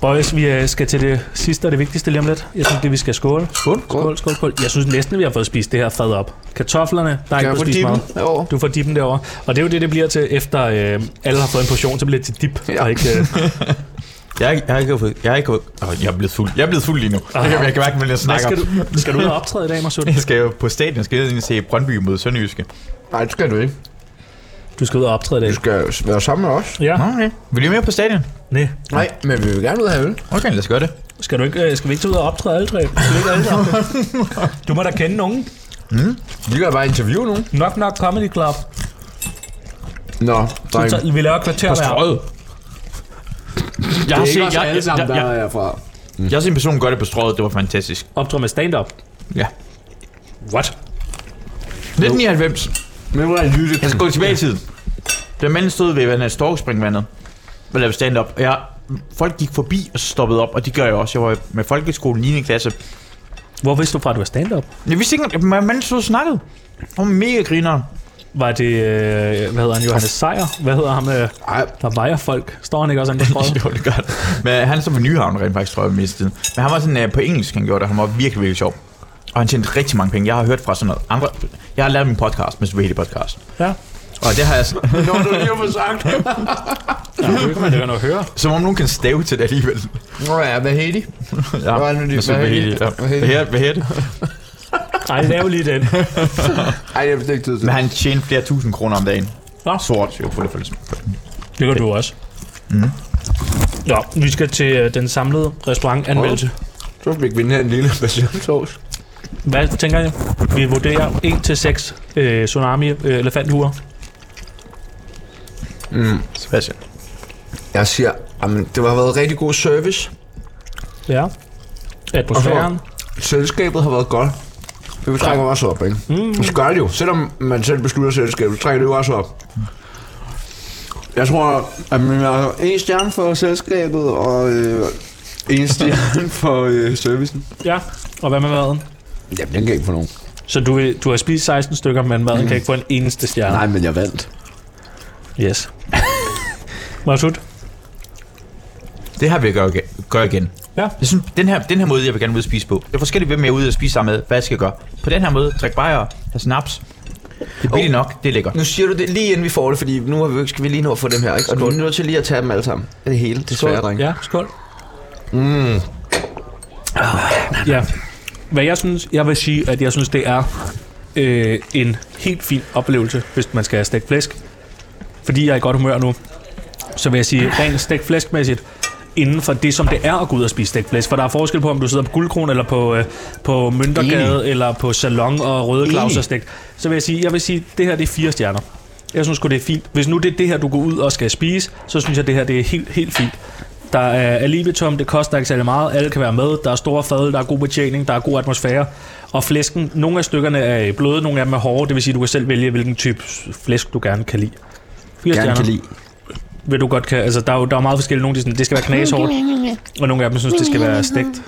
[SPEAKER 1] Boys, vi øh, skal til det sidste og det vigtigste lige om lidt. Jeg synes, det vi skal skåle. Skål, skål, skål. skål. Jeg synes næsten, vi har fået spist det her fad op. Kartoflerne, der er ikke
[SPEAKER 2] jeg få
[SPEAKER 1] blevet spist
[SPEAKER 2] dippen
[SPEAKER 1] meget.
[SPEAKER 2] derovre?
[SPEAKER 1] Du får dippen derovre. Og det er jo det, det bliver til, efter øh, alle har fået en portion, så bliver det til dip. Ja. Og ikke, øh,
[SPEAKER 3] Jeg, er ikke- jeg har ikke fået... Jeg har ikke fået... Åh, jeg er blevet fuld. Jeg er blevet fuld lige nu. Jeg kan, jeg kan mærke, at jeg
[SPEAKER 1] hvad
[SPEAKER 3] snakker.
[SPEAKER 1] skal, du, skal du ud og optræde i dag, Marsud?
[SPEAKER 3] Jeg skal jo på stadion, skal jeg ind og se Brøndby mod Sønderjyske.
[SPEAKER 5] Nej, det skal du ikke.
[SPEAKER 1] Du skal ud og optræde i
[SPEAKER 5] Du
[SPEAKER 1] dag.
[SPEAKER 5] skal Øh, være sammen med os.
[SPEAKER 1] Ja,
[SPEAKER 3] Nå, okay. Vil I med på stadion?
[SPEAKER 1] nej.
[SPEAKER 5] Nej, men vi vil gerne ud og have øl.
[SPEAKER 3] Okay, lad os gøre det.
[SPEAKER 1] Skal, du ikke, øh, skal vi ikke tage ud og optræde alle tre? Skal vi ikke alle sammen? Du må da kende nogen.
[SPEAKER 5] Vi kan bare interviewe nogen.
[SPEAKER 1] Knock Knock Comedy Club.
[SPEAKER 5] Nå,
[SPEAKER 1] Du
[SPEAKER 5] dreng.
[SPEAKER 1] tager, vi laver et kvarter hver.
[SPEAKER 3] Jeg
[SPEAKER 2] Det er
[SPEAKER 3] har,
[SPEAKER 2] ikke
[SPEAKER 3] set, jeg,
[SPEAKER 2] også alle
[SPEAKER 3] jeg,
[SPEAKER 2] sammen,
[SPEAKER 3] jeg,
[SPEAKER 2] der
[SPEAKER 3] jeg,
[SPEAKER 2] er fra.
[SPEAKER 3] jeg, har set en person gøre det på strøget. Det var fantastisk.
[SPEAKER 1] Optræde med stand-up.
[SPEAKER 3] Ja.
[SPEAKER 1] What?
[SPEAKER 3] 1999.
[SPEAKER 2] Men hvor er lyttet?
[SPEAKER 3] Jeg skal gå tilbage i tiden. Den mand stod ved vandet, storkspringvandet, og lavede stand-up. Og Jeg, folk gik forbi og stoppede op, og det gør jeg også. Jeg var med folkeskolen i 9. klasse.
[SPEAKER 1] Hvor vidste du fra, at du var stand-up?
[SPEAKER 3] Jeg vidste ikke, at manden stod og snakkede. Han var mega griner.
[SPEAKER 1] Var det, øh, hvad hedder han, Johannes Sejer? Hvad hedder ham, øh,
[SPEAKER 5] Nej,
[SPEAKER 1] der vejer folk? Står han ikke også inde på strøget?
[SPEAKER 3] jo, det gør det. Men han som var i Nyhavn rent faktisk, tror jeg, mest tiden. Men han var sådan uh, på engelsk, han gjorde det. Han var virkelig, virkelig sjov. Og han tjente rigtig mange penge. Jeg har hørt fra sådan noget andre... Jeg har lavet min podcast, Mr. Vahedi podcast.
[SPEAKER 1] ja.
[SPEAKER 3] Og det har jeg...
[SPEAKER 5] Nå, du lige har fået sagt.
[SPEAKER 1] ja, det kan man da godt høre.
[SPEAKER 3] Som om nogen kan stave til det alligevel.
[SPEAKER 5] Nå ja, hvad hed de?
[SPEAKER 3] Ja,
[SPEAKER 5] Hvad er det nu, de-
[SPEAKER 3] Mr.
[SPEAKER 5] hvad hedder de?
[SPEAKER 3] Vahedi. ja.
[SPEAKER 5] Hvad hedder de?
[SPEAKER 3] Hvad hedder- Hvad hedder det?
[SPEAKER 1] Nej, lav lige den.
[SPEAKER 5] Ej, jeg fik ikke tid til
[SPEAKER 3] Men
[SPEAKER 5] det.
[SPEAKER 3] han tjente flere tusind kroner om dagen.
[SPEAKER 1] Nå.
[SPEAKER 3] Sort, jo, på det fælles.
[SPEAKER 1] Det gør du også. Mm. Nå, vi skal til øh, den samlede restaurantanmeldelse.
[SPEAKER 5] Så fik vi den her lille basilisauce.
[SPEAKER 1] Hvad tænker jeg? Vi vurderer 1-6 øh, tsunami-elefanthuer.
[SPEAKER 3] Sebastian.
[SPEAKER 5] Jeg siger, jamen, det har været rigtig god service.
[SPEAKER 1] ja. Atmosfæren.
[SPEAKER 5] Selskabet har været godt. Det trækker jo også op, ikke? Mm. Det gør det jo. Selvom man selv beslutter selskabet, så trækker det jo også op.
[SPEAKER 2] Jeg tror, at man har en stjerne for selskabet, og øh, en stjerne for øh, servicen.
[SPEAKER 1] Ja, og hvad med maden?
[SPEAKER 2] Jamen, den kan ikke få nogen.
[SPEAKER 1] Så du, vil- du har spist 16 stykker, men maden mm. kan ikke få en eneste stjerne.
[SPEAKER 2] Nej, men jeg vandt.
[SPEAKER 1] Yes. Masud?
[SPEAKER 3] Det her vil jeg gøre, ag- gøre igen.
[SPEAKER 1] Ja.
[SPEAKER 3] Jeg synes, den her, den her måde, jeg vil gerne ud og spise på. Det er forskelligt, hvem jeg er ude og spise sammen med. Hvad jeg skal jeg gøre? På den her måde, drik bajer, have snaps. Det er billigt nok, det er lækkert.
[SPEAKER 7] Nu siger du det lige inden vi får det, fordi nu har vi, skal vi lige nå at få dem her, ikke? Og nu er vi nødt til lige at tage dem alle sammen. Det er det hele, det svære, drenge.
[SPEAKER 1] Ja, skål. Mm. Ja. Hvad jeg synes, jeg vil sige, at jeg synes, det er øh, en helt fin oplevelse, hvis man skal have stegt flæsk. Fordi jeg er i godt humør nu, så vil jeg sige, rent stegt flæskmæssigt, inden for det, som det er at gå ud og spise stegt flæsk. For der er forskel på, om du sidder på Guldkron, eller på, øh, på Møntergade, eller på Salon og Røde Claus og stegt. Så vil jeg sige, jeg vil sige, det her det er fire stjerner. Jeg synes sgu, det er fint. Hvis nu det er det her, du går ud og skal spise, så synes jeg, det her det er helt, helt fint. Der er alibitum, det koster ikke særlig meget, alle kan være med, der er store fadel, der er god betjening, der er god atmosfære. Og flæsken, nogle af stykkerne er bløde, nogle af dem er hårde, det vil sige, du kan selv vælge, hvilken type flæsk du gerne kan lide. Fire
[SPEAKER 2] Gerne kan lide.
[SPEAKER 1] vil du godt kan, altså der er jo der er jo meget forskellige, nogle de sådan, det skal være knashårdt, og nogle af dem synes, det skal være stegt. Øh, ikke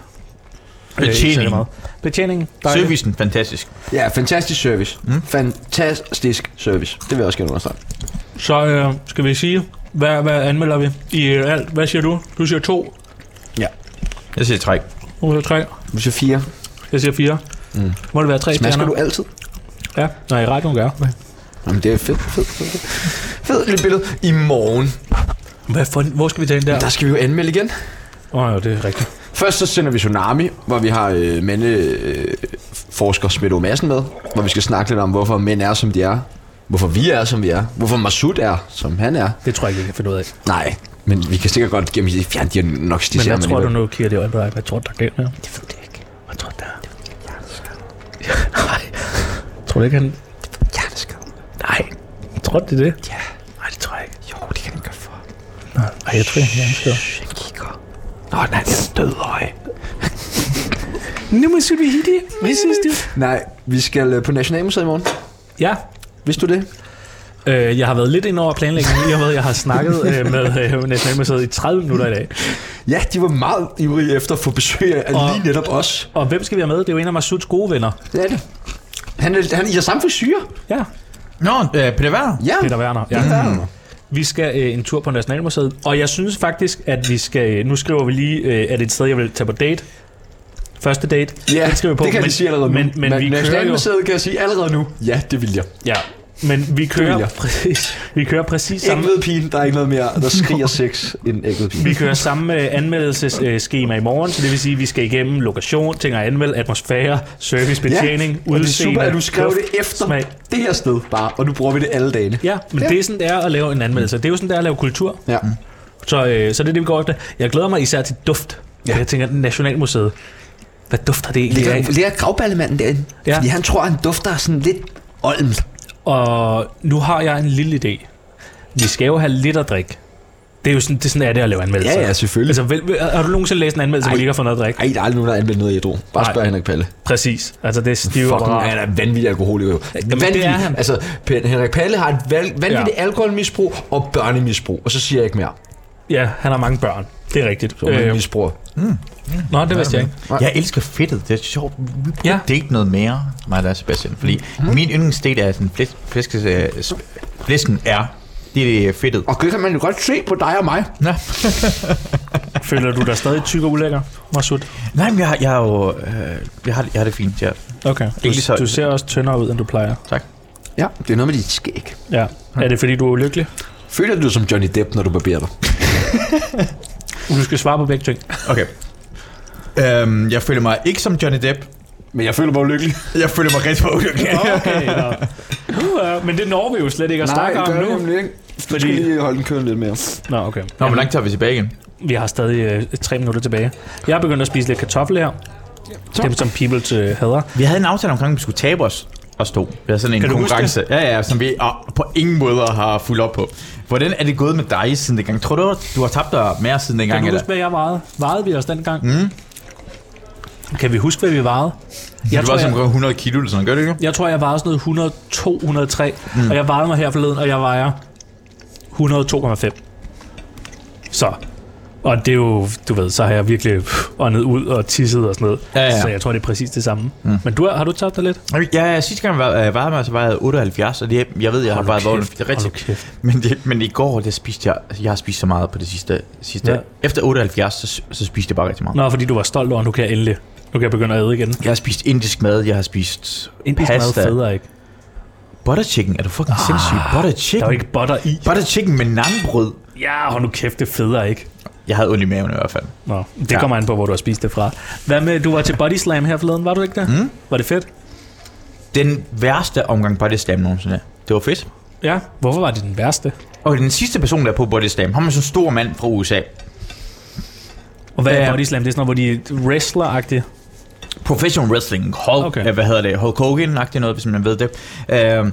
[SPEAKER 1] særlig
[SPEAKER 3] Betjening.
[SPEAKER 1] meget. Betjening, dejligt.
[SPEAKER 3] Servicen, fantastisk.
[SPEAKER 2] Ja, fantastisk service. Mm. Fantastisk service. Det vil jeg også gerne understrege.
[SPEAKER 1] Så øh, skal vi sige, hvad, hvad anmelder vi i øh, alt? Hvad siger du? Du siger to,
[SPEAKER 3] Jeg siger træk.
[SPEAKER 1] hun siger tre,
[SPEAKER 2] Du siger fire.
[SPEAKER 1] jeg siger fire. Mm. Må det være tre
[SPEAKER 2] Masker
[SPEAKER 1] stjerner?
[SPEAKER 2] du altid?
[SPEAKER 1] Ja, nej, i radioen gør.
[SPEAKER 2] Jamen, det er fedt, fedt, fedt.
[SPEAKER 5] Fed lille billede. I morgen,
[SPEAKER 1] Hvad for, hvor skal vi tage den der?
[SPEAKER 5] der skal vi jo anmelde igen.
[SPEAKER 1] Åh, oh, ja, det er rigtigt.
[SPEAKER 2] Først så sender vi Tsunami, hvor vi har øh, mændeforsker øh, Smidt Madsen med, hvor vi skal snakke lidt om, hvorfor mænd er, som de er. Hvorfor vi er, som vi er. Hvorfor Masud er, som han er.
[SPEAKER 1] Det tror jeg ikke, vi kan finde ud af.
[SPEAKER 2] Nej, men vi kan sikkert godt gennem de fjerne diagnostisere.
[SPEAKER 1] Men jeg tror, du
[SPEAKER 2] alligevel.
[SPEAKER 1] nu kigger det i øjnene på dig. Hvad tror du, der er galt med ham? Det ved jeg ikke. Hvad tror du, der er? Nej. Tror du ikke, han... Hjerteskade. Nej. Tror du det er det? Ja. Nej, det tror jeg ikke. Jo, det kan den gøre for. Nej, jeg tror, jeg er ganske Nå, nej, det er død øje. nu måske vi hitte. Hvad synes du?
[SPEAKER 5] Nej, vi skal øh, på Nationalmuseet i morgen.
[SPEAKER 1] Ja,
[SPEAKER 5] Vidste du det?
[SPEAKER 1] øh, jeg har været lidt ind over planlægningen, i og med, at jeg har snakket øh, med øh, Nationalmuseet i 30 minutter i dag.
[SPEAKER 5] Ja, de var meget ivrige efter at få besøg af
[SPEAKER 1] Og-
[SPEAKER 5] lige netop os.
[SPEAKER 1] Og hvem skal vi have med? Det er jo en af Masuds gode venner.
[SPEAKER 5] Det er det. Han, er- han er samfund syre.
[SPEAKER 1] Ja,
[SPEAKER 3] Nå, øh, Peter Werner.
[SPEAKER 5] Ja.
[SPEAKER 1] Peter Werner. Ja.
[SPEAKER 5] Mm.
[SPEAKER 1] Vi skal øh, en tur på Nationalmuseet, og jeg synes faktisk, at vi skal... Nu skriver vi lige, øh, at et sted, jeg vil tage på date. Første date.
[SPEAKER 5] Ja,
[SPEAKER 1] den skriver vi på,
[SPEAKER 5] det kan
[SPEAKER 1] men,
[SPEAKER 5] jeg sige allerede nu.
[SPEAKER 1] men, men, men vi kører jo...
[SPEAKER 5] Nationalmuseet kan jeg sige allerede nu. Ja, det vil jeg.
[SPEAKER 1] Ja, men vi
[SPEAKER 5] vil
[SPEAKER 1] kører,
[SPEAKER 5] jeg.
[SPEAKER 1] præcis, vi kører præcis samme,
[SPEAKER 5] Ægved pigen, der er ikke noget mere, der skriger sex end ægved pigen.
[SPEAKER 1] vi kører samme øh, anmeldelsesskema i morgen, så det vil sige, at vi skal igennem lokation, ting at anmelde, atmosfære, service, betjening, ja,
[SPEAKER 5] og det er
[SPEAKER 1] udseende,
[SPEAKER 5] super, at du skrev
[SPEAKER 1] luft,
[SPEAKER 5] det efter
[SPEAKER 1] smag.
[SPEAKER 5] det her sted bare, og nu bruger vi det alle dagene.
[SPEAKER 1] Ja, men ja. det er sådan, det er at lave en anmeldelse. Det er jo sådan, det er at lave kultur.
[SPEAKER 5] Ja.
[SPEAKER 1] Så, øh, så det er det, vi går efter. Jeg glæder mig især til duft. Ja. Jeg tænker, Nationalmuseet. Hvad dufter det egentlig af?
[SPEAKER 7] Det er gravballemanden derinde.
[SPEAKER 1] Ja.
[SPEAKER 7] Ja. Fordi han tror, han dufter sådan lidt olm.
[SPEAKER 1] Og nu har jeg en lille idé. Vi skal jo have lidt at drikke. Det er jo sådan, det er sådan er det at lave anmeldelser.
[SPEAKER 5] Ja, ja, selvfølgelig.
[SPEAKER 1] Altså, vel, vel- har du nogensinde læst en anmeldelse, hvor de ikke har fået noget at drikke?
[SPEAKER 5] Ej, der er aldrig nogen, der har anvendt noget ædru. Bare
[SPEAKER 1] Nej.
[SPEAKER 5] spørg Henrik Palle.
[SPEAKER 1] Præcis. Altså, det er stive
[SPEAKER 5] Fucking,
[SPEAKER 1] apparater.
[SPEAKER 5] han er vanvittig alkoholiker jo. vanvittig.
[SPEAKER 1] det er han.
[SPEAKER 5] Altså, Pe- Henrik Palle har et val- vanvittigt
[SPEAKER 1] Ja.
[SPEAKER 5] ja. alkoholmisbrug og børnemisbrug, og så siger jeg ikke mere.
[SPEAKER 1] Ja, han har mange børn. Det er rigtigt.
[SPEAKER 5] Så øh, man
[SPEAKER 1] Øh,
[SPEAKER 5] misbruger.
[SPEAKER 1] nå, det vidste jeg ikke.
[SPEAKER 3] Jeg elsker fedtet. Det er sjovt. Vi burde
[SPEAKER 1] Ja.
[SPEAKER 3] ja. date noget mere, mig og Sebastian. Fordi mm. min yndlingsdate er sådan, flæs, flæskes, øh, sp- flæsken er, det er øh, fedtet.
[SPEAKER 5] Og det kan man jo godt se på dig og mig.
[SPEAKER 3] Nå.
[SPEAKER 1] Føler du dig stadig tyk og ulækker, Masud?
[SPEAKER 3] Nej, men jeg, har- jeg, er jo, øh, jeg, har, jeg har det fint, ja.
[SPEAKER 1] Okay. Du,
[SPEAKER 3] Ikke så-
[SPEAKER 1] du ser også tyndere ud, end du plejer.
[SPEAKER 3] Tak.
[SPEAKER 5] Ja, det er noget med dit skæg.
[SPEAKER 1] Ja. Er det, fordi du er ulykkelig?
[SPEAKER 5] Føler du dig som Johnny Depp, når du barberer dig?
[SPEAKER 1] Du skal svare på begge ting.
[SPEAKER 3] Okay. Øhm, jeg føler mig ikke som Johnny Depp.
[SPEAKER 5] Men jeg føler mig ulykkelig.
[SPEAKER 3] Jeg føler mig rigtig ulykkelig.
[SPEAKER 1] Okay, nå. uh, men det når vi jo slet ikke at snakke om nu.
[SPEAKER 5] ikke. Du skal lige holde den kørende lidt mere.
[SPEAKER 1] Nå, okay.
[SPEAKER 3] Nå, hvor langt tager vi tilbage igen?
[SPEAKER 1] Vi har stadig øh, tre minutter tilbage. Jeg er begyndt at spise lidt kartofler her. Dem, som people øh, hader.
[SPEAKER 3] Vi havde en aftale omkring, at vi skulle tabe os og stå. Det er sådan en
[SPEAKER 1] Kan du huske
[SPEAKER 3] konkurrence. Ja, ja, som vi og på ingen måde har fulgt op på. Hvordan er det gået med dig siden dengang? Tror du, du har tabt dig mere siden dengang?
[SPEAKER 1] Kan du
[SPEAKER 3] eller?
[SPEAKER 1] huske, hvad jeg vejede? Vejede vi os dengang? Mm. Kan vi huske, hvad vi vejede?
[SPEAKER 3] Jeg du
[SPEAKER 1] tror,
[SPEAKER 3] var som
[SPEAKER 1] jeg-
[SPEAKER 3] omkring 100 kilo eller sådan, gør det ikke?
[SPEAKER 1] Jeg tror, jeg vejede sådan noget 102, 103. Mm. Og jeg vejede mig her forleden, og jeg vejer 102,5. Så. Og det er jo, du ved, så har jeg virkelig pff, åndet ud og tisset og sådan noget.
[SPEAKER 3] Ja, ja.
[SPEAKER 1] Så jeg tror, det er præcis det samme. Mm. Men du, har har du tabt dig lidt?
[SPEAKER 3] Ja, sidste gang var, øh, var jeg, så var jeg 78, og det, jeg ved, jeg har
[SPEAKER 1] Hold nu
[SPEAKER 3] bare været
[SPEAKER 1] kæft,
[SPEAKER 3] det er rigtigt.
[SPEAKER 1] hold nu kæft.
[SPEAKER 3] Men, det, men i går, der spiste jeg, jeg har spist så meget på det sidste. sidste
[SPEAKER 1] Ja.
[SPEAKER 3] ja. Efter 78, så, så spiste jeg bare rigtig meget.
[SPEAKER 1] Nå, fordi du var stolt over, at nu kan jeg endelig nu kan jeg begynde at æde igen.
[SPEAKER 3] Jeg har spist indisk mad, jeg har spist
[SPEAKER 1] Indisk mad
[SPEAKER 3] pasta.
[SPEAKER 1] federe, ikke?
[SPEAKER 3] Butter chicken, er du fucking ah, sindssyg? Butter
[SPEAKER 1] Der er
[SPEAKER 3] chicken?
[SPEAKER 1] jo ikke butter i.
[SPEAKER 3] Butter chicken med nanbrød.
[SPEAKER 1] Ja, hold nu kæft, det er federe, ikke?
[SPEAKER 3] Jeg havde ondt i maven i hvert fald.
[SPEAKER 1] Nå, det ja.
[SPEAKER 3] Ja.
[SPEAKER 1] kommer an på, hvor du har spist det fra. Hvad med, du var til Body Slam her forleden, var du ikke der? Mm. Var det fedt?
[SPEAKER 3] Den værste omgang body slam nogensinde. Det var fedt.
[SPEAKER 1] Ja. Hvorfor var det den værste?
[SPEAKER 3] Og den sidste person, der er på body slam, ham er sådan en stor mand fra USA.
[SPEAKER 1] Og hvad er
[SPEAKER 3] Ja.
[SPEAKER 1] Body Slam? Det er sådan noget, hvor de er wrestler-agtige.
[SPEAKER 3] Professional Wrestling, Hulk,
[SPEAKER 1] Okay.
[SPEAKER 3] okay. øh, hvad hedder det, Hulk Hogan-agtigt noget, hvis man ved det. Øh,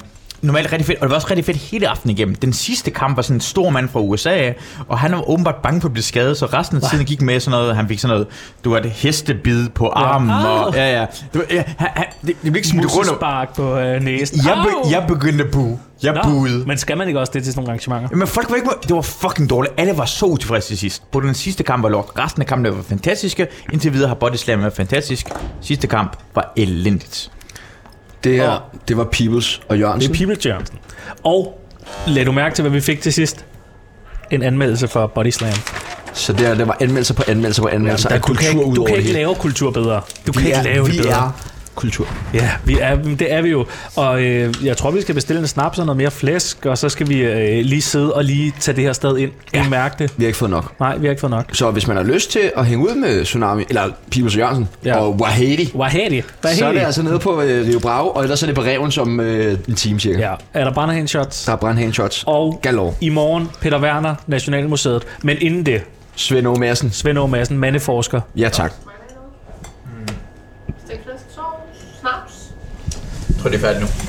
[SPEAKER 3] normalt rigtig fedt, og det var også rigtig fedt hele aftenen igennem. Den sidste kamp var sådan en stor mand fra USA, og han var åbenbart bange for at blive skadet, så resten af tiden gik med sådan noget, han fik sådan noget, du var et hestebid på armen, ja.
[SPEAKER 1] Au.
[SPEAKER 3] og ja, ja. Det, var, ja han, han, det, det blev ikke smidt rundt. om-
[SPEAKER 1] Mussespark på øh, næsen.
[SPEAKER 3] Jeg,
[SPEAKER 1] Au!
[SPEAKER 3] be, jeg begyndte at bue. Jeg
[SPEAKER 1] Nå,
[SPEAKER 3] buede.
[SPEAKER 1] Men skal man ikke også det til sådan nogle arrangementer?
[SPEAKER 3] Men folk var ikke... Det var fucking dårligt. Alle var så utilfredse til sidst. På den sidste kamp var lort. Resten af kampene var fantastiske. Indtil videre har Body Slam været fantastisk. Sidste kamp var elendigt.
[SPEAKER 5] Det her, det var Peoples og
[SPEAKER 1] Det er
[SPEAKER 5] Jørgensen.
[SPEAKER 1] People Jørgensen. Og lad du mærke til, hvad vi fik til sidst? En anmeldelse for Body Slam. Altså,
[SPEAKER 5] så der, der var anmeldelser på anmeldelser på anmeldelser af
[SPEAKER 1] du kan,
[SPEAKER 5] kultur
[SPEAKER 1] ikke,
[SPEAKER 5] ud
[SPEAKER 1] du
[SPEAKER 5] over
[SPEAKER 1] kan
[SPEAKER 5] det
[SPEAKER 1] ikke
[SPEAKER 5] hele.
[SPEAKER 1] lave kultur bedre. Du kan
[SPEAKER 5] Vi
[SPEAKER 1] ikke
[SPEAKER 5] er,
[SPEAKER 1] lave det
[SPEAKER 5] vi
[SPEAKER 1] bedre.
[SPEAKER 5] er kultur.
[SPEAKER 1] Ja, vi er, men det er vi jo. Og øh, jeg tror, vi skal bestille en snaps og noget mere flæsk, og så skal vi øh, lige sidde og lige tage det her sted ind. Ja. mærke det.
[SPEAKER 5] Vi har ikke fået nok.
[SPEAKER 1] Nej, vi har ikke fået nok.
[SPEAKER 5] Så hvis man har lyst til at hænge ud med Tsunami, eller Peoples og Jørgensen,
[SPEAKER 1] Ja.
[SPEAKER 5] ja. og Wahedi,
[SPEAKER 1] Wahedi. Wahedi.
[SPEAKER 5] så er det altså nede på øh, Rio Bravo, og ellers er det på Reven som øh, en time cirka. Ja.
[SPEAKER 1] Ja, er der brænderhænd shots?
[SPEAKER 5] Der er brandhane shots.
[SPEAKER 1] Og
[SPEAKER 5] Galore.
[SPEAKER 1] i morgen, Peter Werner, Nationalmuseet. Men inden det,
[SPEAKER 5] Svend O. Madsen.
[SPEAKER 1] Svend Aage Madsen, mandeforsker.
[SPEAKER 5] Ja tak.
[SPEAKER 4] Stikflæsk, sov, snaps.
[SPEAKER 3] Jeg tror, det er færdigt nu.